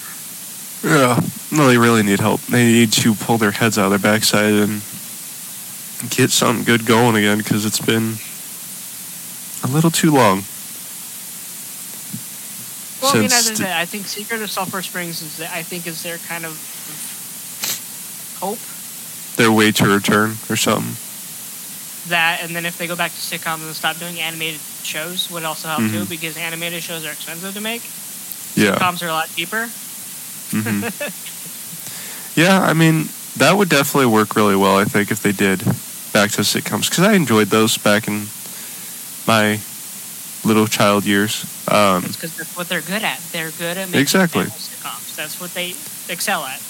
yeah, no, they really need help. They need to pull their heads out of their backside and get something good going again because it's been a little too long.
Well, I mean,
Since
other than
the-
that, I think Secret of Sulphur Springs is the, I think is their kind of hope
Their way to return or something.
that, and then if they go back to sitcoms and stop doing animated shows, would also help too because animated shows are expensive to make.
Mm-hmm. Yeah.
Sitcoms are a lot cheaper.
hmm mm-hmm. yeah, I mean, that would definitely work really well, I think, if they did back to sitcoms. Because I enjoyed those back in my little child years. Um,
It's because that's what they're good at. They're good at making
Exactly.
family sitcoms. That's what they excel at.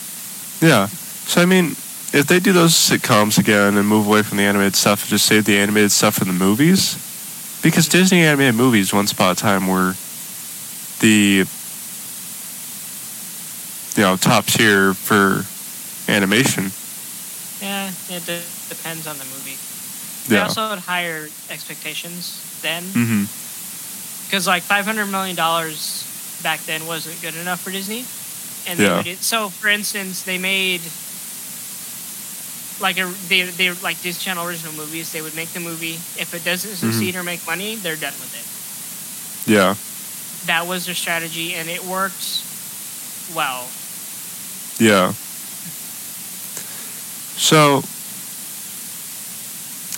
yeah. So, I mean, if they do those sitcoms again and move away from the animated stuff and just save the animated stuff for the movies, because Disney animated movies, once upon a time, were the you know top tier for animation.
Yeah, Eh, it de- depends on the movie. They
Yeah.
also had higher expectations then
hmm
because like five hundred million dollars back then wasn't good enough for Disney, and they
Yeah.
made it. So, for instance, they made like a they they like Disney Channel original movies. They would make the movie. If it doesn't
Mm-hmm.
succeed or make money, they're done with it.
Yeah.
That was their strategy, and it worked well.
Yeah. So,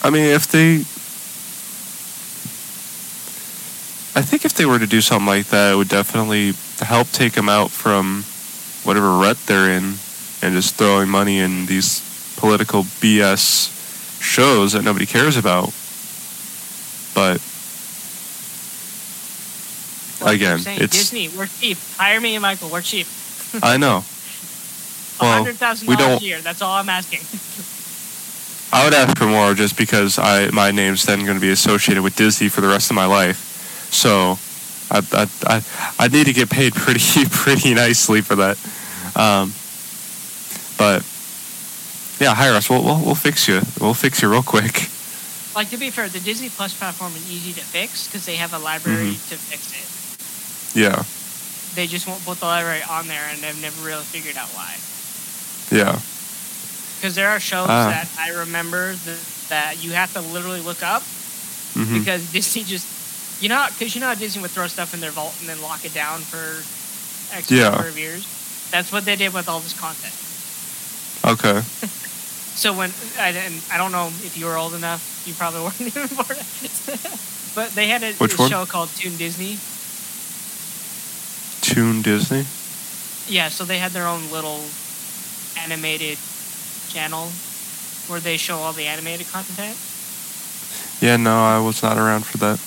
I mean, if they, I think if they were to do something like that, it would definitely help take them out from whatever rut they're in and just throwing money in these political BS shows that nobody cares about. But
Well, I keep
Again,
saying,
it's-
Disney. We're cheap. Hire me and Michael. We're cheap.
I know.
A
Well,
hundred thousand
we
dollars a
don't-
year. That's all I'm asking.
I would ask for more just because I my name's then going to be associated with Disney for the rest of my life. So I I I, I need to get paid pretty pretty nicely for that. Um, but yeah, hire us. We'll, we'll we'll fix you. We'll fix you real quick.
Like to be fair, the Disney Plus platform is easy to fix because they have a library
Mm-hmm.
to fix it.
Yeah,
They just won't put the library on there, and I've never really figured out why.
yeah,
Because there are shows
Ah.
that I remember th- that you have to literally look up
hmm
because Disney just, you know, because you know how Disney would throw stuff in their vault and then lock it down for X
Yeah.
number of years. That's what they did with all this content.
okay.
So when I, and I don't know if you were old enough, you probably weren't even born. but they had a,
Which
a
one?
show called Toon Disney.
Tune Disney.
Yeah, so they had their own little animated channel where they show all the animated content.
Yeah, no, I was not around for that.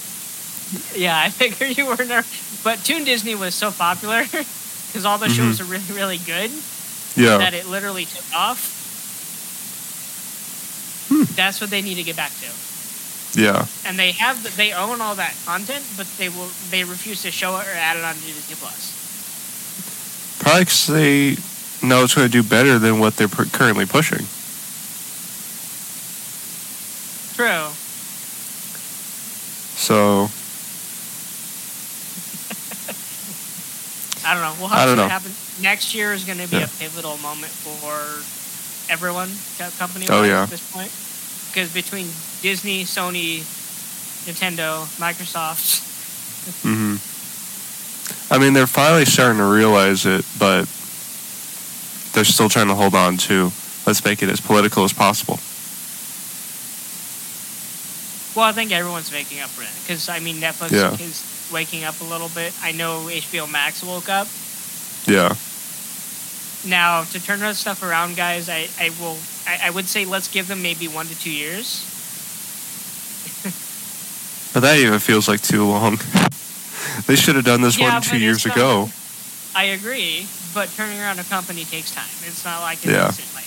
Yeah, I figure you were there. But Toon Disney was so popular because all the
Mhm.
shows are really, really good
Yeah,
that it literally took off. That's what they need to get back to.
yeah,
and they have the, they own all that content, but they will they refuse to show it or add it on to Disney Plus.
probably 'cause they know it's going to do better than what they're pr- currently pushing.
True.
So
I don't know. We'll
I
have to see
don't
what
know.
happens. Next year is going to be
Yeah.
a pivotal moment for everyone company.
Oh, yeah.
at this point, because between Disney, Sony, Nintendo, Microsoft,
hmm Mm-hmm. I mean, they're finally starting to realize it, but they're still trying to hold on to. Let's make it as political as possible.
well, I think everyone's waking up for it. Because I mean, Netflix
Yeah.
is waking up a little bit. I know HBO Max woke up.
Yeah.
Now to turn that stuff around, guys, I, I will. I, I would say let's give them maybe one to two years.
But that even feels like too long. they should have done this
Yeah,
one
but
two
it's
years
not-
ago.
I agree, but turning around a company takes time. It's not like an
Yeah.
instant. Like,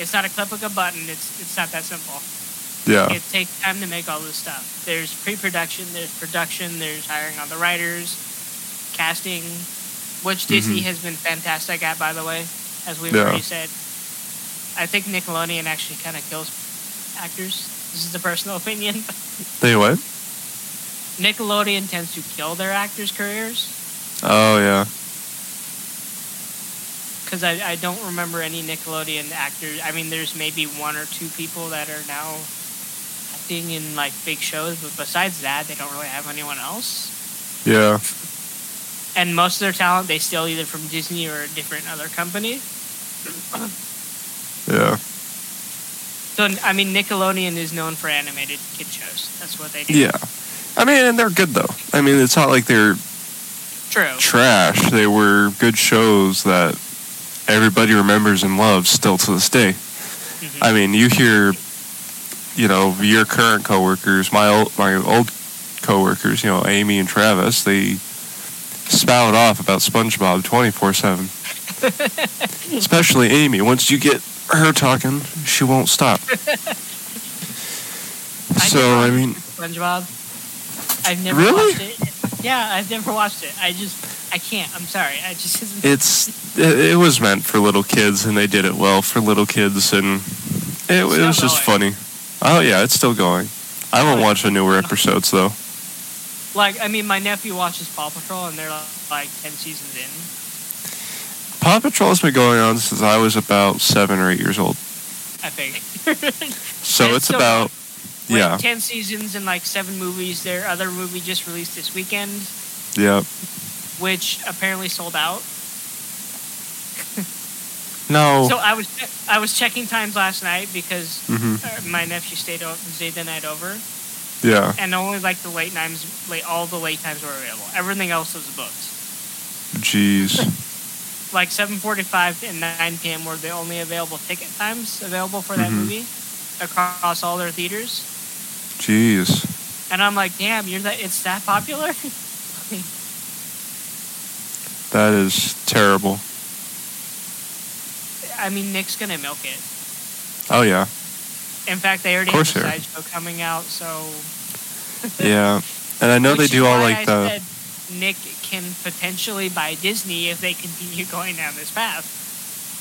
it's not a click of a button. It's it's not that simple.
Yeah.
It takes time to make all this stuff. There's pre-production. There's production. There's hiring on the writers, casting, which Disney
Mhm.
has been fantastic at, by the way, as we've
Yeah.
already said. I think Nickelodeon actually kind of kills actors. This is a personal opinion.
They what?
Nickelodeon tends to kill their actors' careers
Oh, yeah.
because I, I don't remember any Nickelodeon actors. I mean, there's maybe one or two people that are now acting in like big shows, but besides that, they don't really have anyone else.
Yeah.
And most of their talent they steal either from Disney or a different other company.
Yeah.
So I mean, Nickelodeon is known for animated kid shows. That's what they do.
Yeah. I mean, and they're good, though. I mean, it's not like they're
true.
trash. They were good shows that everybody remembers and loves still to this day.
Mhm.
I mean, you hear, you know, your current coworkers, my old, my old coworkers, you know, Amy and Travis, they spout off about SpongeBob twenty four seven. Especially Amy. Once you get her talking, she won't stop.
I
so
never
I
watched
mean,
SpongeBob. I've never
Really?
watched it. Yeah, I've never watched it. I just I can't. I'm sorry. I just isn't.
it's it, it was meant for little kids, and they did it well for little kids, and it, it
Still
was just
going.
funny. Oh yeah, it's still going. I haven't
yeah.
watched the newer episodes though.
Like, I mean, my nephew watches Paw Patrol, and they're like ten seasons in.
Paw Patrol's been going on since I was about seven or eight years old.
I think.
So
That's
it's
so-
about
With
yeah,
Ten seasons and like seven movies. Their other movie just released this weekend,
yeah.
which apparently sold out.
No,
So I was I was checking times last night because
hmm
uh, my nephew stayed o- stayed the night over,
yeah.
and only like the late times, late all the late times were available. Everything else was booked.
Jeez.
Like 7:45 and 9 p.m. were the only available ticket times available for that
Mhm.
movie across all their theaters.
Jeez.
And I'm like, damn, you're that it's that popular?
That is terrible.
I mean, Nick's gonna milk it.
Oh yeah,
In fact, they already
Of
have a
course they are.
sideshow coming out, so
yeah. And I know
Which
they
is
do all
why
like
I
the
said Nick can potentially buy Disney if they continue going down this path.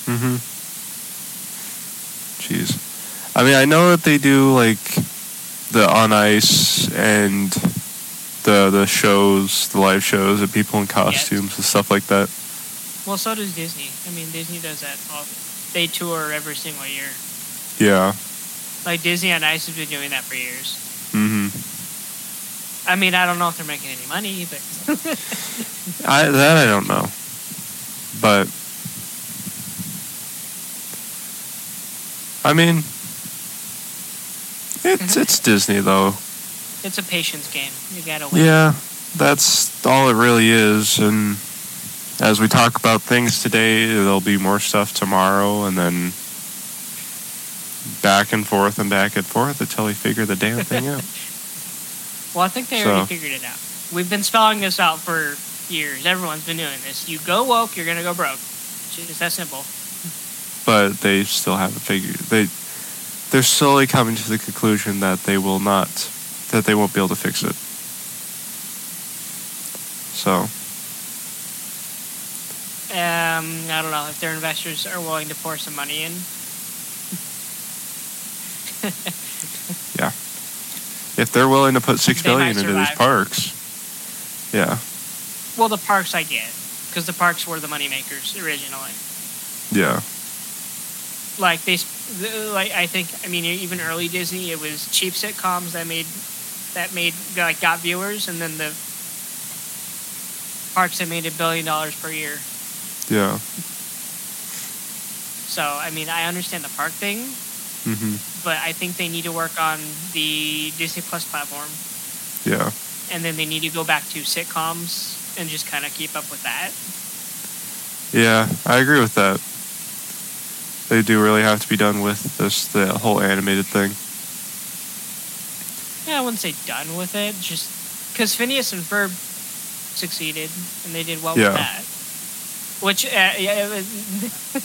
Mm-hmm. Jeez. I mean, I know that they do like the on ice and the the shows, the live shows, and people in costumes and stuff like that.
Well, so does Disney. I mean, Disney does that. All, they tour every single year.
Yeah.
Like Disney on Ice has been doing that for years.
Mm-hmm.
I mean, I don't know if they're making any money, but
I that I don't know, but I mean, it's it's Disney though.
it's a patience game. You gotta wait.
Yeah, that's all it really is. And as we talk about things today, there'll be more stuff tomorrow, and then back and forth and back and forth until we figure the damn thing out.
Well, I think they
So-
already figured it out. We've been spelling this out for years. Everyone's been doing this. You go woke, you're gonna go broke. It's just that simple.
But they still haven't figured. They they're slowly coming to the conclusion that they will not, that they won't be able to fix it. So
Um, I don't know if their investors are willing to pour some money in.
if they're willing to put six
They might
billion into these
survive.
parks, yeah,
Well, the parks I get because the parks were the moneymakers originally.
yeah.
like they, s- the- like I think I mean even early Disney, it was cheap sitcoms that made that made like got viewers, and then the parts that made a billion dollars per year.
Yeah.
So I mean I understand the park thing,
hmm
but I think they need to work on the Disney Plus platform,
Yeah.
and then they need to go back to sitcoms and just kind of keep up with that.
Yeah. I agree with that. They do really have to be done with this the whole animated thing.
Yeah, I wouldn't say done with it, just because Phineas and Ferb succeeded and they did well
Yeah.
with that. Which, uh, yeah, it was-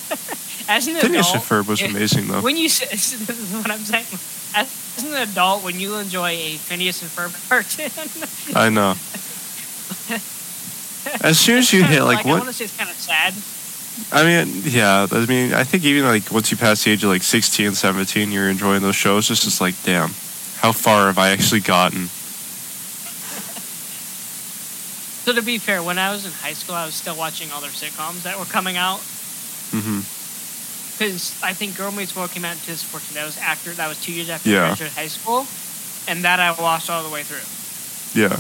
as an
Phineas and
adult,
Ferb was
it-
amazing though.
When you say, this is what I'm saying, as, as an adult, when you enjoy a Phineas and Ferb cartoon,
I know. As soon as you
kinda
hit like
I want
what
to say it's kind of sad.
I mean, yeah. I mean, I think even like once you pass the age of like 16, 17, you're enjoying those shows. It's just like, damn, how far have I actually gotten?
So to be fair, when I was in high school, I was still watching all their sitcoms that were coming out.
hmm
because I think Girl Meets World came out in 2014. That was after that was two years after
Yeah.
I graduated high school, and that I watched all the way through.
Yeah.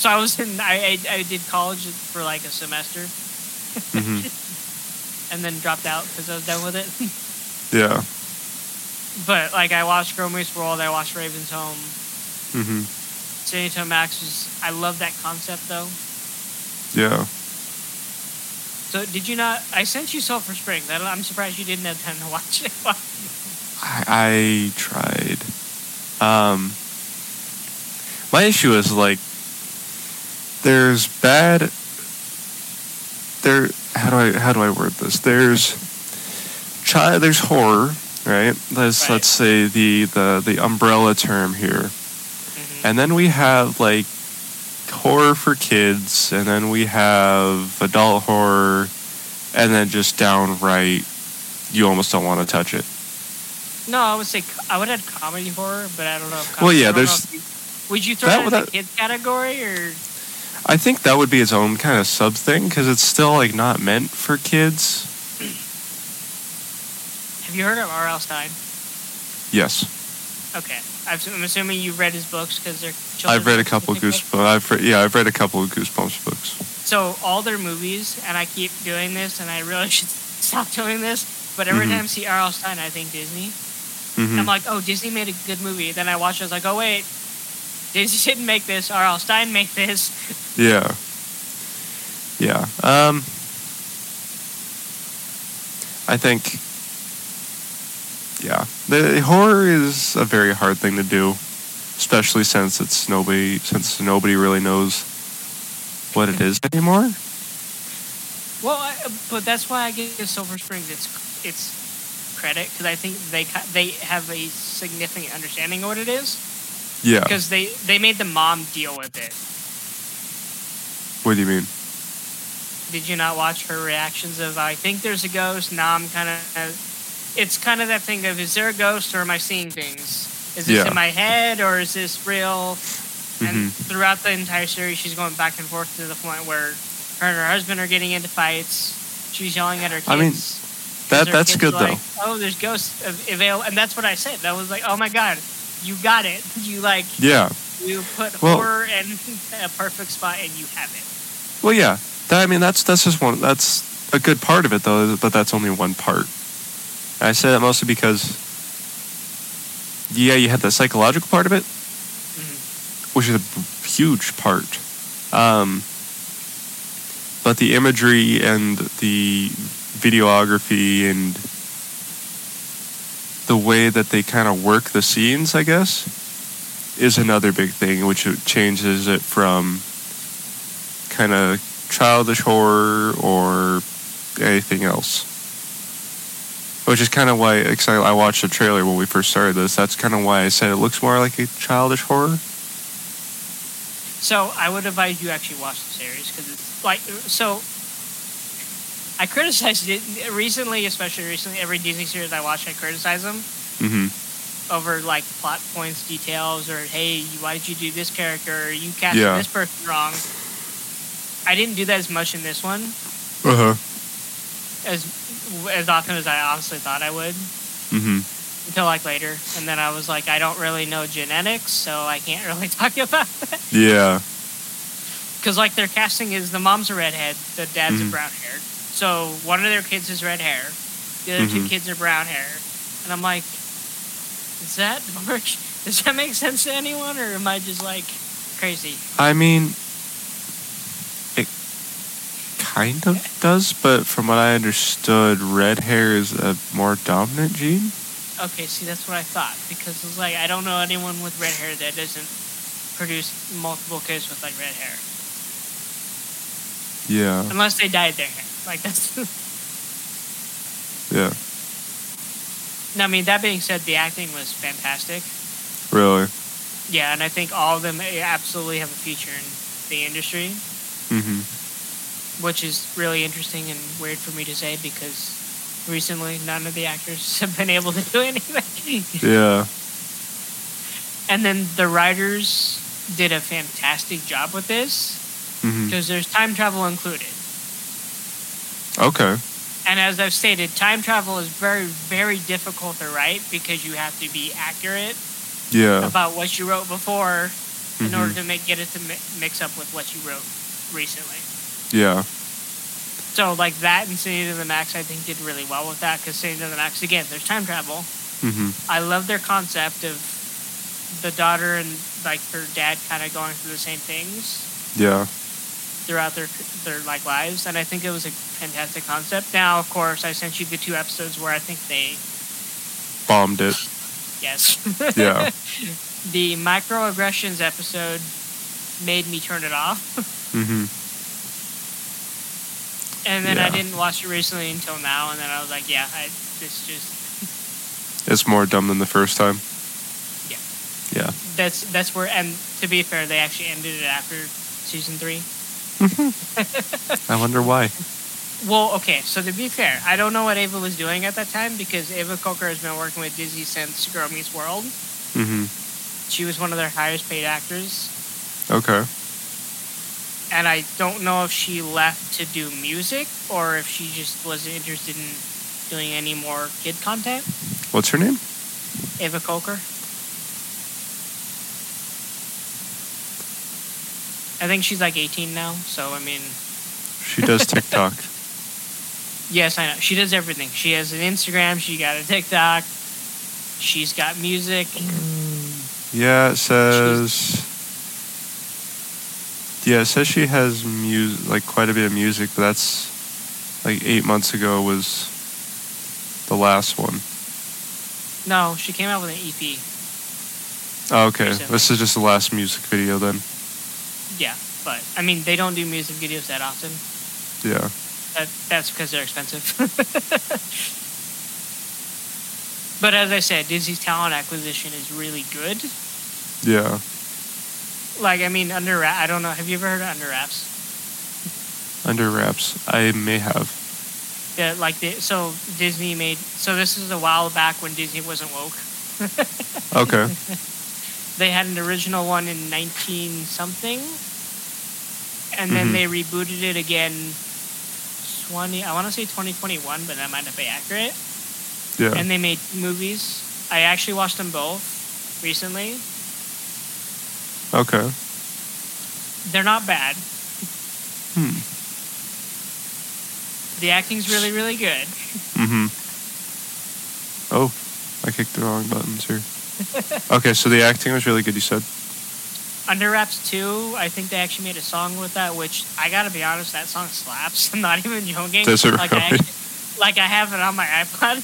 So I was in I I, I did college for like a semester
hmm
and then dropped out because I was done with it.
yeah.
but like I watched Girl Meets World, I watched Raven's Home,
hmm
San Antonio Max. Is, I love that concept though.
Yeah.
So did you not? I sent you Sulphur Springs. I don't, I'm surprised you didn't have time to watch it.
I, I tried. Um, my issue is like, there's bad. There, how do I how do I word this? There's child. There's horror, right? Let's
Right.
let's say the the the umbrella term here, and then we have like horror for kids, and then we have adult horror, and then just downright, you almost don't want to touch it.
No, I would say co- I would add comedy horror, but I don't know. If com-
Well, yeah,
I don't know
there's-
if you- would you throw
that-
that, in
that-
the kids category or?
I think that would be its own kind of sub thing because it's still like not meant for kids.
Have you heard of R.L. Stein?
Yes,
Okay, I've, I'm assuming you've read his books because they're.
I've
children's
read a
books
couple of
specifically.
Goosebumps. I've re- yeah, I've read a couple of Goosebumps books.
So all their movies, and I keep doing this, and I really should stop doing this. But every
Mhm.
time I see R.L. Stein, I think Disney.
Mhm.
I'm like, oh, Disney made a good movie. Then I watch, it, I was like, oh wait, Disney didn't make this. R.L. Stein made this.
Yeah, yeah. Um, I think. Yeah, the horror is a very hard thing to do, especially since it's nobody since nobody really knows what it is anymore.
Well, I, but that's why I give Silver Springs its its credit because I think they ki- they have a significant understanding of what it is
Yeah.
because they they made the mom deal with it.
What do you mean?
Did you not watch her reactions of I think there's a ghost? Now I'm kind of. It's kind of that thing of is there a ghost or am I seeing things? Is this
Yeah. Mm-hmm.
in my head or is this real? And throughout the entire series, she's going back and forth to the point where her and her husband are getting into fights. She's yelling at her kids.
I mean,
'cause
That
her
that's
kids
good
are
though.
like, Oh, there's ghosts av- avail, and that's what I said. That was like, oh my god, you got it. You like
Yeah.
you put
Well-
horror in a perfect spot, and you have it.
Well, yeah. That, I mean, that's that's just one. That's a good part of it, though. But that's only one part. I say that mostly because, yeah, you had the psychological part of it, which is a huge part. Um, but the imagery and the videography and the way that they kind of work the scenes, I guess, is another big thing, which it changes it from kind of childish horror or anything else. Which is kind of why, because I I watched the trailer when we first started this, that's kind of why I said it looks more like a childish horror.
So I would advise you actually watch the series because it's like so. I criticized it recently, especially recently. Every Disney series I watch, I criticize them
hmm
over like plot points, details, or hey, you- why did you do this character? Or you cast
Yeah.
this
Uh-huh.
person wrong. I didn't do that as much in this one,
Uh huh.
as as often as I honestly thought I would
hmm
until like later, and then I was like, I don't really know genetics, so I can't really talk about that
Yeah.
because like their casting is the mom's a redhead, the dad's
Mhm.
a brown haired, so one of their kids is red hair, the other two
Mhm.
kids are brown hair, and I'm like, does that work? Does that make sense to anyone, or am I just like crazy?
I mean, it kind of does, but from what I understood, red hair is a more dominant gene.
Okay, see, that's what I thought because it's like I don't know anyone with red hair that doesn't produce multiple kids with like red hair,
Yeah.
unless they dyed their hair. Like that's.
Yeah.
no, I mean, that being said, the acting was fantastic.
Really.
Yeah, and I think all of them eh, absolutely have a future in the industry,
hmm
which is really interesting and weird for me to say because recently none of the actors have been able to do anything.
Yeah.
and then the writers did a fantastic job with this
hmm
because there's time travel included.
Okay.
And as I've stated, time travel is very, very difficult to write because you have to be accurate
Yeah.
about what you wrote before in
Mhm.
order to make get it to mi- mix up with what you wrote recently.
Yeah.
So, like that and City to the Max, I think did really well with that because City to the Max, again, there's time travel.
hmm
I love their concept of the daughter and like her dad kind of going through the same things.
Yeah.
throughout their their like lives, and I think it was a fantastic concept. Now, of course, I sent you the two episodes where I think they
Bombed it.
yes,
Yeah.
the microaggressions episode made me turn it off,
hmm
and then I
Yeah.
didn't watch it recently until now, and then I was like, yeah, I, this just
It's more dumb than the first time.
Yeah.
Yeah.
that's that's where and to be fair, they actually ended it after season three.
I wonder why.
Well, okay, so to be fair, I don't know what Ava was doing at that time because Ava Coker has been working with Disney since Girl Meets World.
hmm
She was one of their highest paid actors.
Okay.
and I don't know if she left to do music or if she just wasn't interested in doing any more kid content.
What's her name?
Ava Coker. I think she's like 18 now, so I mean,
She does TikTok.
yes, I know. She does everything. She has an Instagram, she got a TikTok, she's got music.
yeah, it says. Yeah, it says she has music, like quite a bit of music, but that's like eight months ago was the last one.
No, she came out with an E EP.
Oh, okay, this
Recently.
is just the last music video then.
Yeah, but I mean, they don't do music videos that often.
Yeah.
That, that's because they're expensive. but as I said, Disney's talent acquisition is really good.
Yeah.
Like, I mean, under Wra- I don't know. Have you ever heard of Under Wraps?
Under wraps. I may have.
Yeah, like they, so Disney made. So this is a while back when Disney wasn't woke.
Okay.
They had an original one in nineteen something, and then
Mhm.
they rebooted it again. Twenty, I want to say twenty twenty one, but that might not be accurate.
Yeah.
and they made movies. I actually watched them both recently.
Okay.
They're not bad.
Hmm.
The acting's really, really good.
Mm-hmm. Oh, I kicked the wrong buttons here. okay, so the acting was really good. You said.
Under Wraps 2, I think they actually made a song with that, which I gotta be honest, that song slaps. I'm not even joking.
Does it
like, I,
really?
like I have it on my iPod.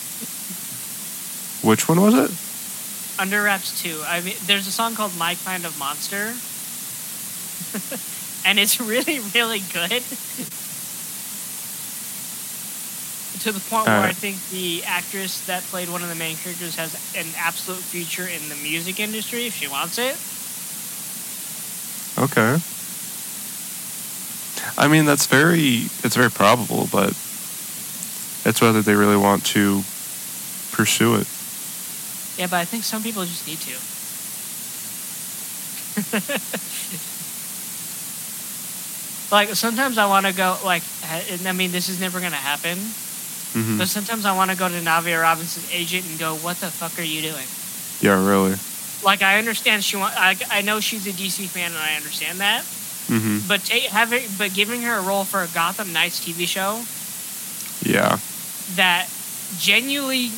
Which one was it?
Under Wraps 2. I mean, there's a song called My Kind of Monster. and it's really, really good. to the point where I
Alright.
think the actress that played one of the main characters has an absolute future in the music industry if she wants it.
Okay. I mean, that's very. It's very probable, but it's whether they really want to pursue it.
Yeah, but I think some people just need to. like sometimes I want to go like, ha- and I mean this is never gonna happen,
hmm
But sometimes I want to go to Navia Robinson's agent and go, "What the fuck are you doing?"
Yeah, really.
Like I understand she want. I, I know she's a DC fan and I understand that.
hmm
But ta- having but giving her a role for a Gotham Knights TV show
Yeah.
that genuinely,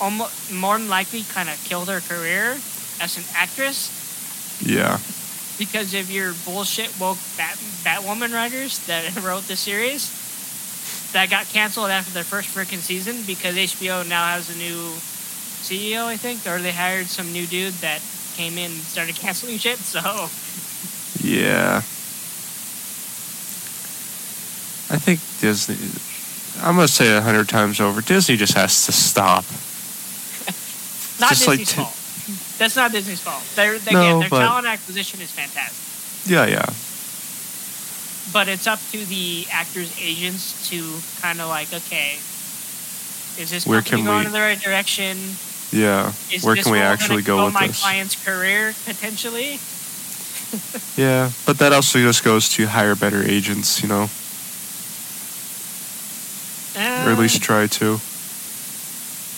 almost more than likely, kind of killed her career as an actress
Yeah.
because of your bullshit woke Bat- Batwoman writers that wrote the series that got canceled after their first freaking season because HBO now has a new CEO, I think, or they hired some new dude that came in and started canceling shit. So
Yeah. I think Disney. I'm gonna say a hundred times over. Disney just has to stop.
not
Just like
Disney's
t-
fault. That's not Disney's fault. They're, they
No,
get, their
but-
talent acquisition is fantastic,
Yeah, yeah,
but it's up to the actors' agents to kind of like, okay, is this
Where
company
can
going
we-
in the right direction?
yeah.
is
Where
this
can we
role gonna
actually go
kill
with
my
this?
client's career potentially?
Yeah, but that also just goes to hire better agents, you know, or at least
Uh,
try to.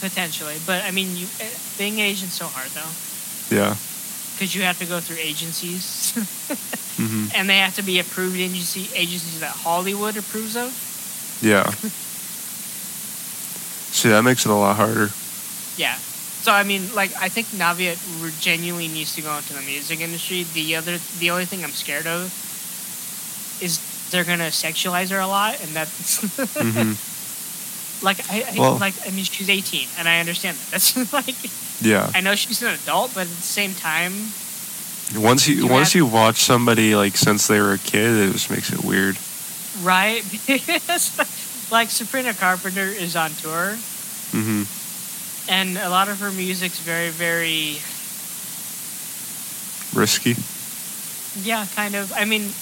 potentially. But I mean, you uh, being agent's so hard though,
Yeah.
because you have to go through agencies,
hmm
and they have to be approved agency agencies that Hollywood approves of.
Yeah. See, that makes it a lot harder.
Yeah. So I mean, like I think Navia re- genuinely needs to go into the music industry. The other, the only thing I'm scared of is they're gonna sexualize her a lot, and that's
hmm
like I, I
Well-
like I mean she's 18, and I understand that. That's like
Yeah.
I know she's an adult, but at the same time,
Once you
You
once
have-
you watch somebody like since they were a kid, it just makes it weird.
right? Because like Sabrina Carpenter is on tour,
hmm
and a lot of her music's very, very
Risky.
yeah, kind of. I mean,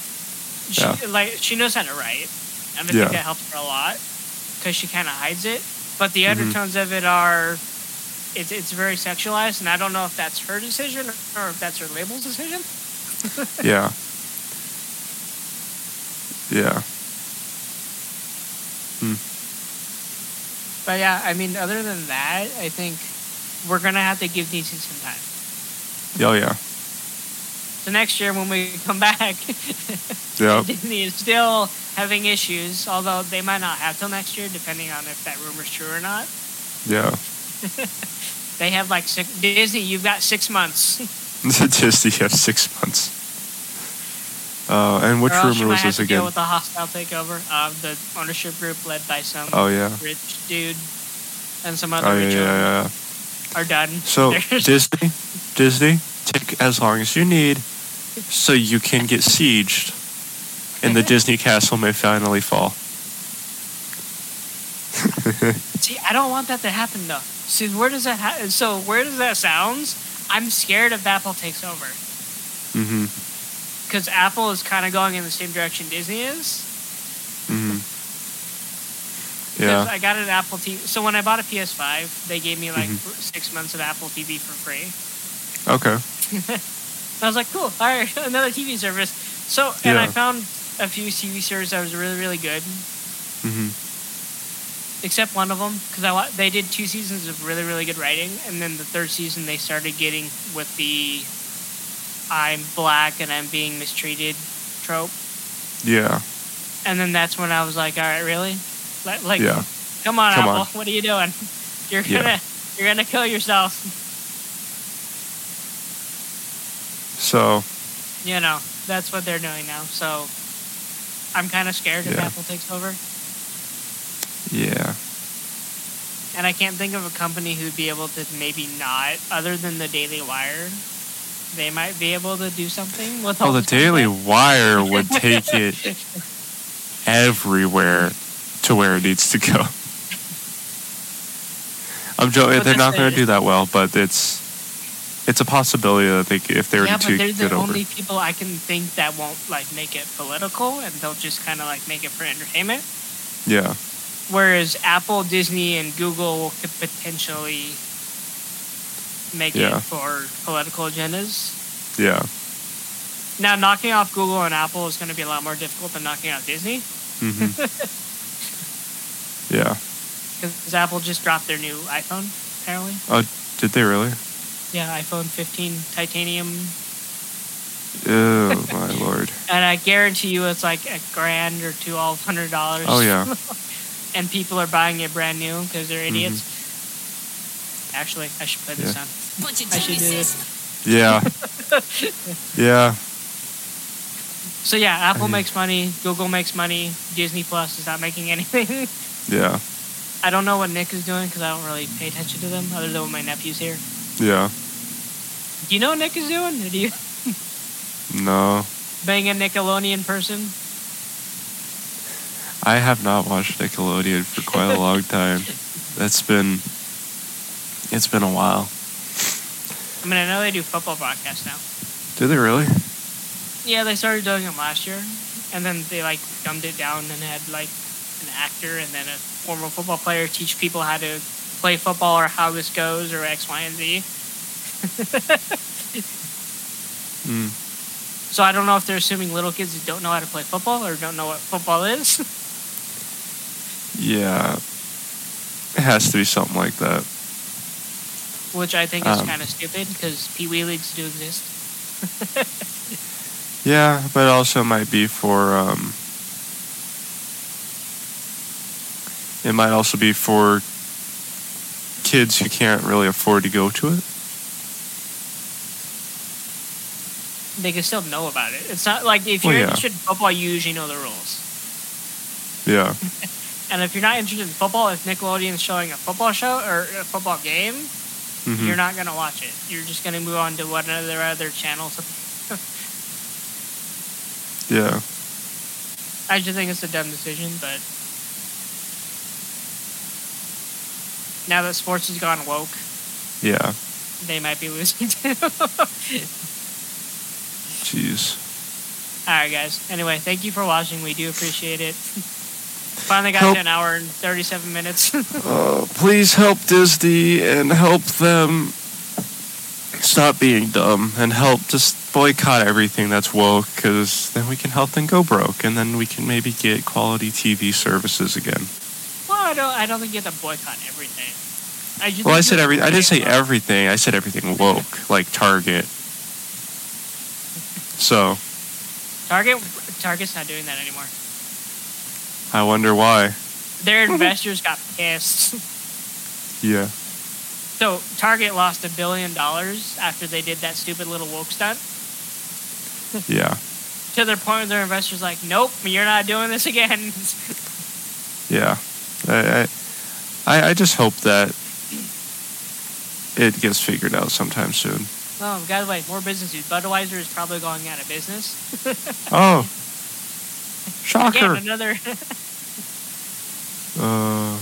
she
Yeah.
like she knows how to write, and I
Yeah.
think that helps her a lot because she kind of hides it. But the
Mhm.
undertones of it are. It's, it's very sexualized, and I don't know if that's her decision or if that's her label's decision.
Yeah. Yeah.
But yeah, I mean, other than that, I think we're gonna have to give DC some time.
Oh yeah.
So next year when we come back,
Yeah.
Disney is still having issues, although they might not have till next year, depending on if that rumor's true or not.
Yeah.
They have like six, Disney, you've got six months.
Just you have six months. Uh, and which
or else you
rumor
might have
was this
to Deal
again?
with the hostile takeover of the ownership group led by some
Oh yeah.
rich dude and some other
Oh yeah, yeah,
rich owner
yeah. yeah.
are done.
So
There's-
Disney, Disney, take as long as you need, so you can get sieged, and the Disney castle may finally fall.
See, I don't want that to happen though. See, where does that ha- so where does that sounds? I'm scared if Apple takes over
hmm
because Apple is kind of going in the same direction Disney is.
hmm
Because
Yeah.
I got an Apple TV. So when I bought a PS5, they gave me like
Mhm.
f- six months of Apple TV for free.
Okay.
And I was like, cool, all right, another TV service. So, and I
Yeah.
found a few TV series that was really, really good,
hmm
except one of them, because I wa- they did two seasons of really, really good writing. And then the third season, they started getting with the I'm black and I'm being mistreated trope.
Yeah.
And then that's when I was like, all right, really? Like, like
Yeah.
come on,
Come
Apple,
on.
what are you doing? You're
Yeah.
gonna, you're gonna kill yourself.
So
you know, that's what they're doing now. So I'm kind of scared if
Yeah.
Apple takes over.
yeah.
And I can't think of a company who'd be able to maybe not, other than the Daily Wire. They might be able to do something with
Well,
all
Oh, the
this
Daily
content.
Wire would take it everywhere to where it needs to go. I'm joking.
But
they're
that's
not going
the-
to do that well, but it's it's a possibility that they c- if they were
Yeah,
to
but they're
get
the
over.
only people I can think that won't like make it political, and they'll just kind of like make it for entertainment.
Yeah,
Whereas Apple, Disney, and Google could potentially make
Yeah.
it for political agendas.
yeah.
Now, knocking off Google and Apple is going to be a lot more difficult than knocking out Disney.
hmm mm-hmm. yeah.
Because Apple just dropped their new iPhone, apparently.
Oh, Did they really?
Yeah, iPhone 15 titanium.
Oh my lord.
And I guarantee you it's like a grand or two, all hundred dollars.
Oh yeah. Mm-hmm.
and people are buying it brand new because they're idiots. Actually, I should play this
Yeah.
on.
Bunch of
I should do
geniuses.
Yeah. Yeah.
So yeah, Apple
Mhm.
makes money, Google makes money, Disney Plus is not making anything.
Yeah.
I don't know what Nick is doing because I don't really pay attention to them other than when my nephew's here.
Yeah.
Do you know what Nick is doing? Or do you
No.
being a Nickelodeon person?
I have not watched Nickelodeon for quite a long time. That's been it's been a while.
I mean, I know they do football broadcasts now.
Did they really?
Yeah, they started doing it last year, and then they like dumbed it down and had like an actor and then a former football player teach people how to play football or how this goes or X, Y, and Z.
Mm.
So I don't know if they're assuming little kids that don't know how to play football or don't know what football is.
Yeah. It has to be something like that.
which I think is
Um,
kind of stupid because Pee Wee leagues do exist.
Yeah, but it also might be for um it might also be for kids who can't really afford to go to it.
They can still know about it. It's not like if
Well,
you're
yeah.
interested in football, you usually know the rules.
Yeah.
And if you're not interested in football, if Nickelodeon's showing a football show or a football game,
Mhm.
you're not gonna watch it. You're just gonna move on to one of their other channels.
Yeah.
I just think it's a dumb decision, but now that sports has gone woke,
Yeah.
they might be losing too.
Jeez.
All right, guys. Anyway, thank you for watching. We do appreciate it. Finally got
Help.
to an hour and 37 minutes.
Uh, please help Disney and help them stop being dumb and help just boycott everything that's woke because then we can help them go broke and then we can maybe get quality TV services again.
well, I don't. I don't think you have to boycott everything. I just
Well, I
think
said
you-
every. I didn't say everything. I said everything woke, like Target. So
Target. Target's not doing that anymore.
I wonder why.
Their investors got pissed.
Yeah.
So Target lost a billion dollars after they did that stupid little woke stunt.
Yeah.
To their point, where their investors like, nope, you're not doing this again.
Yeah, I, I- I, I just hope that it gets figured out sometime soon.
oh, by the way, more business news. Budweiser is probably going out of business.
Oh,
Again,
shocker!
another
Uh,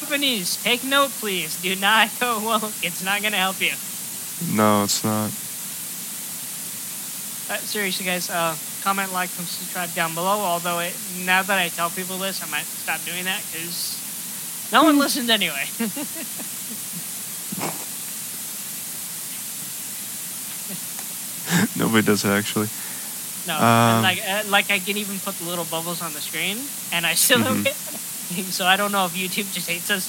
Companies, take note, please. Do not go woke. It's not going to help you.
no, it's not.
Uh, seriously, guys, uh, comment, like, and subscribe down below. Although, it, now that I tell people this, I might stop doing that because no one listens anyway.
Nobody does it actually.
no,
Um,
and like, uh, like I can even put the little bubbles on the screen, and I still don't
Mhm.
get anything. So I don't know if YouTube just hates us.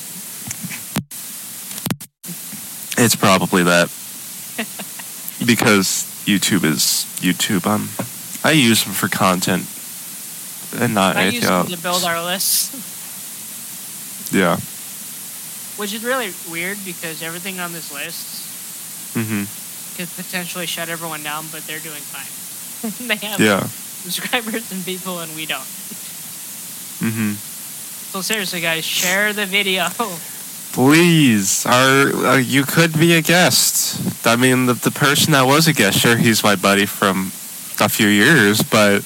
It's probably that because YouTube is YouTube. Um, I use them for content and not
I
anything
use them
else.
to build our lists,
yeah.
which is really weird because everything on this list
hmm
could potentially shut everyone down, but they're doing fine. they have
Yeah.
subscribers and people, and we don't.
hmm
So seriously, guys, share the video.
Please, our, uh, you could be a guest. I mean, the, the person that was a guest, sure, he's my buddy from a few years, but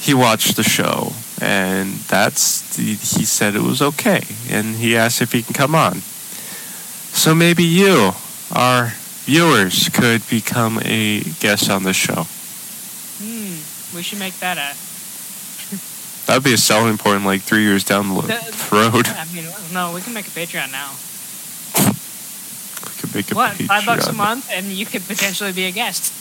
he watched the show, and that's he he said it was okay, and he asked if he can come on. So maybe you, our viewers, could become a guest on the show.
Hmm, we should make that a.
That'd be a selling point like three years down the lo- road.
I mean, no, we can make a Patreon now.
We could make a
what? Five bucks a
Patreon.
month, and you could potentially be a guest.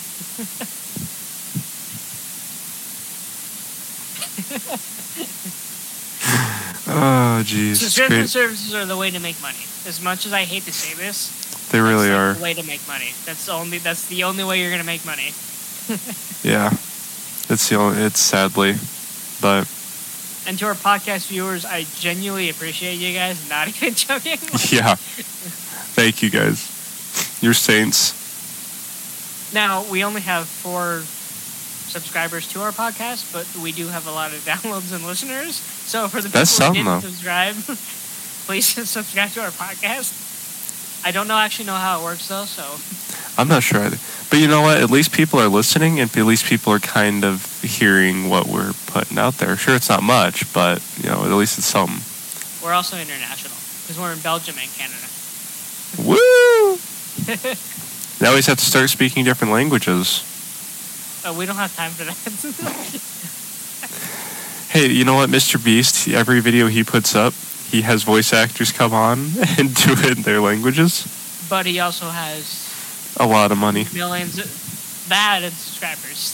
Oh, Oh, jeez. It's
Subscription
great.
services are the way to make money. As much as I hate to say this,
They really
that's
are.
the way to make money. That's the only that's the only way you're gonna make money.
Yeah. It's the only, it's sadly, but
And to our podcast viewers, I genuinely appreciate you guys. Not even joking.
yeah. Thank you guys. You're saints.
Now we only have four subscribers to our podcast, but we do have a lot of downloads and listeners. So for the people
That's
who
something,
didn't
though.
subscribe, please subscribe to our podcast. I don't know actually know how it works though, so
I'm not sure either. But you know what? At least people are listening and at least people are kind of hearing what we're putting out there. Sure, it's not much, but you know, at least it's something.
we're also international because we're in Belgium and Canada.
Woo! now we just have to start speaking different languages.
Uh, we don't have time for that.
Hey, you know what, Mr. Beast? Every video he puts up, he has voice actors come on and do it in their languages.
but he also has
A lot of money.
millions of bad subscribers.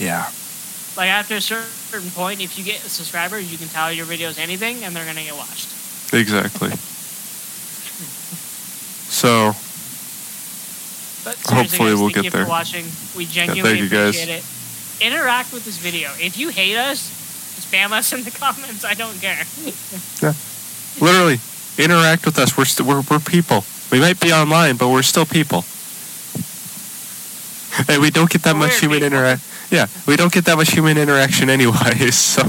Yeah.
Like after a certain point, if you get subscribers, you can tell your videos anything, and they're gonna get watched.
Exactly. So,
But seriously,
Hopefully
guys,
we'll
thank
get
you
there.
for watching. We genuinely
you, guys.
appreciate it. Interact with this video. If you hate us, spam us in the comments. I don't care.
literally, interact with us. We're, st- we're, we're people. We might be online, but we're still people. And we don't get that
We're
much human
people.
interaction. Yeah, we don't get that much human interaction anyway, so.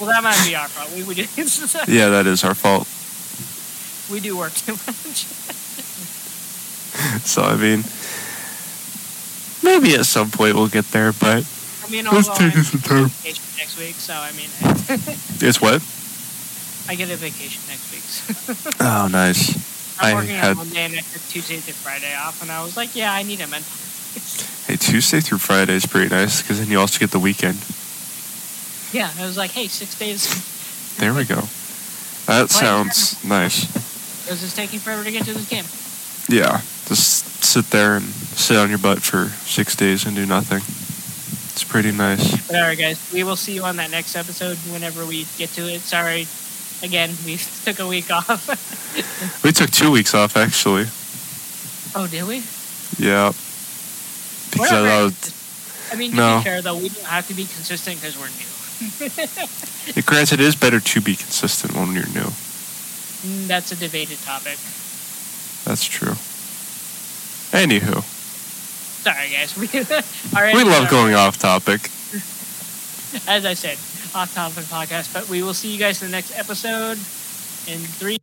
Well, that might be our fault. We, we do
Yeah, that is our fault.
we do work too much.
So, I mean, maybe at some point we'll get there, but
I mean,
Let's
although
take
I'm
it some time.
on vacation next week, so I mean, I,
it's what?
I get a vacation next week. So
Oh, nice. I
I'm working
had-
on Monday and I took Tuesday to Friday off, and I was like, yeah, I need a mental. break.
Hey, Tuesday through Friday is pretty nice because then you also get the weekend.
yeah, I was like, hey, six days.
There we go.
Why-
That sounds nice.
This is taking forever to get to this game.
Yeah, just sit there and sit on your butt for six days and do nothing. It's pretty nice.
But all right, guys, we will see you on that next episode whenever we get to it. Sorry, again, we took a week off.
We took two weeks off actually.
oh, did we?
Yeah. Because
Whatever.
I was,
I mean, to
No.
be fair, though, we don't have to be consistent because we're new.
granted, it is better to be consistent when you're new.
Mm, That's a debated topic.
That's true. Anywho,
Sorry, guys. We, our
we love
episodes are,
going off topic.
as I said, off topic podcast. But we will see you guys in the next episode in three,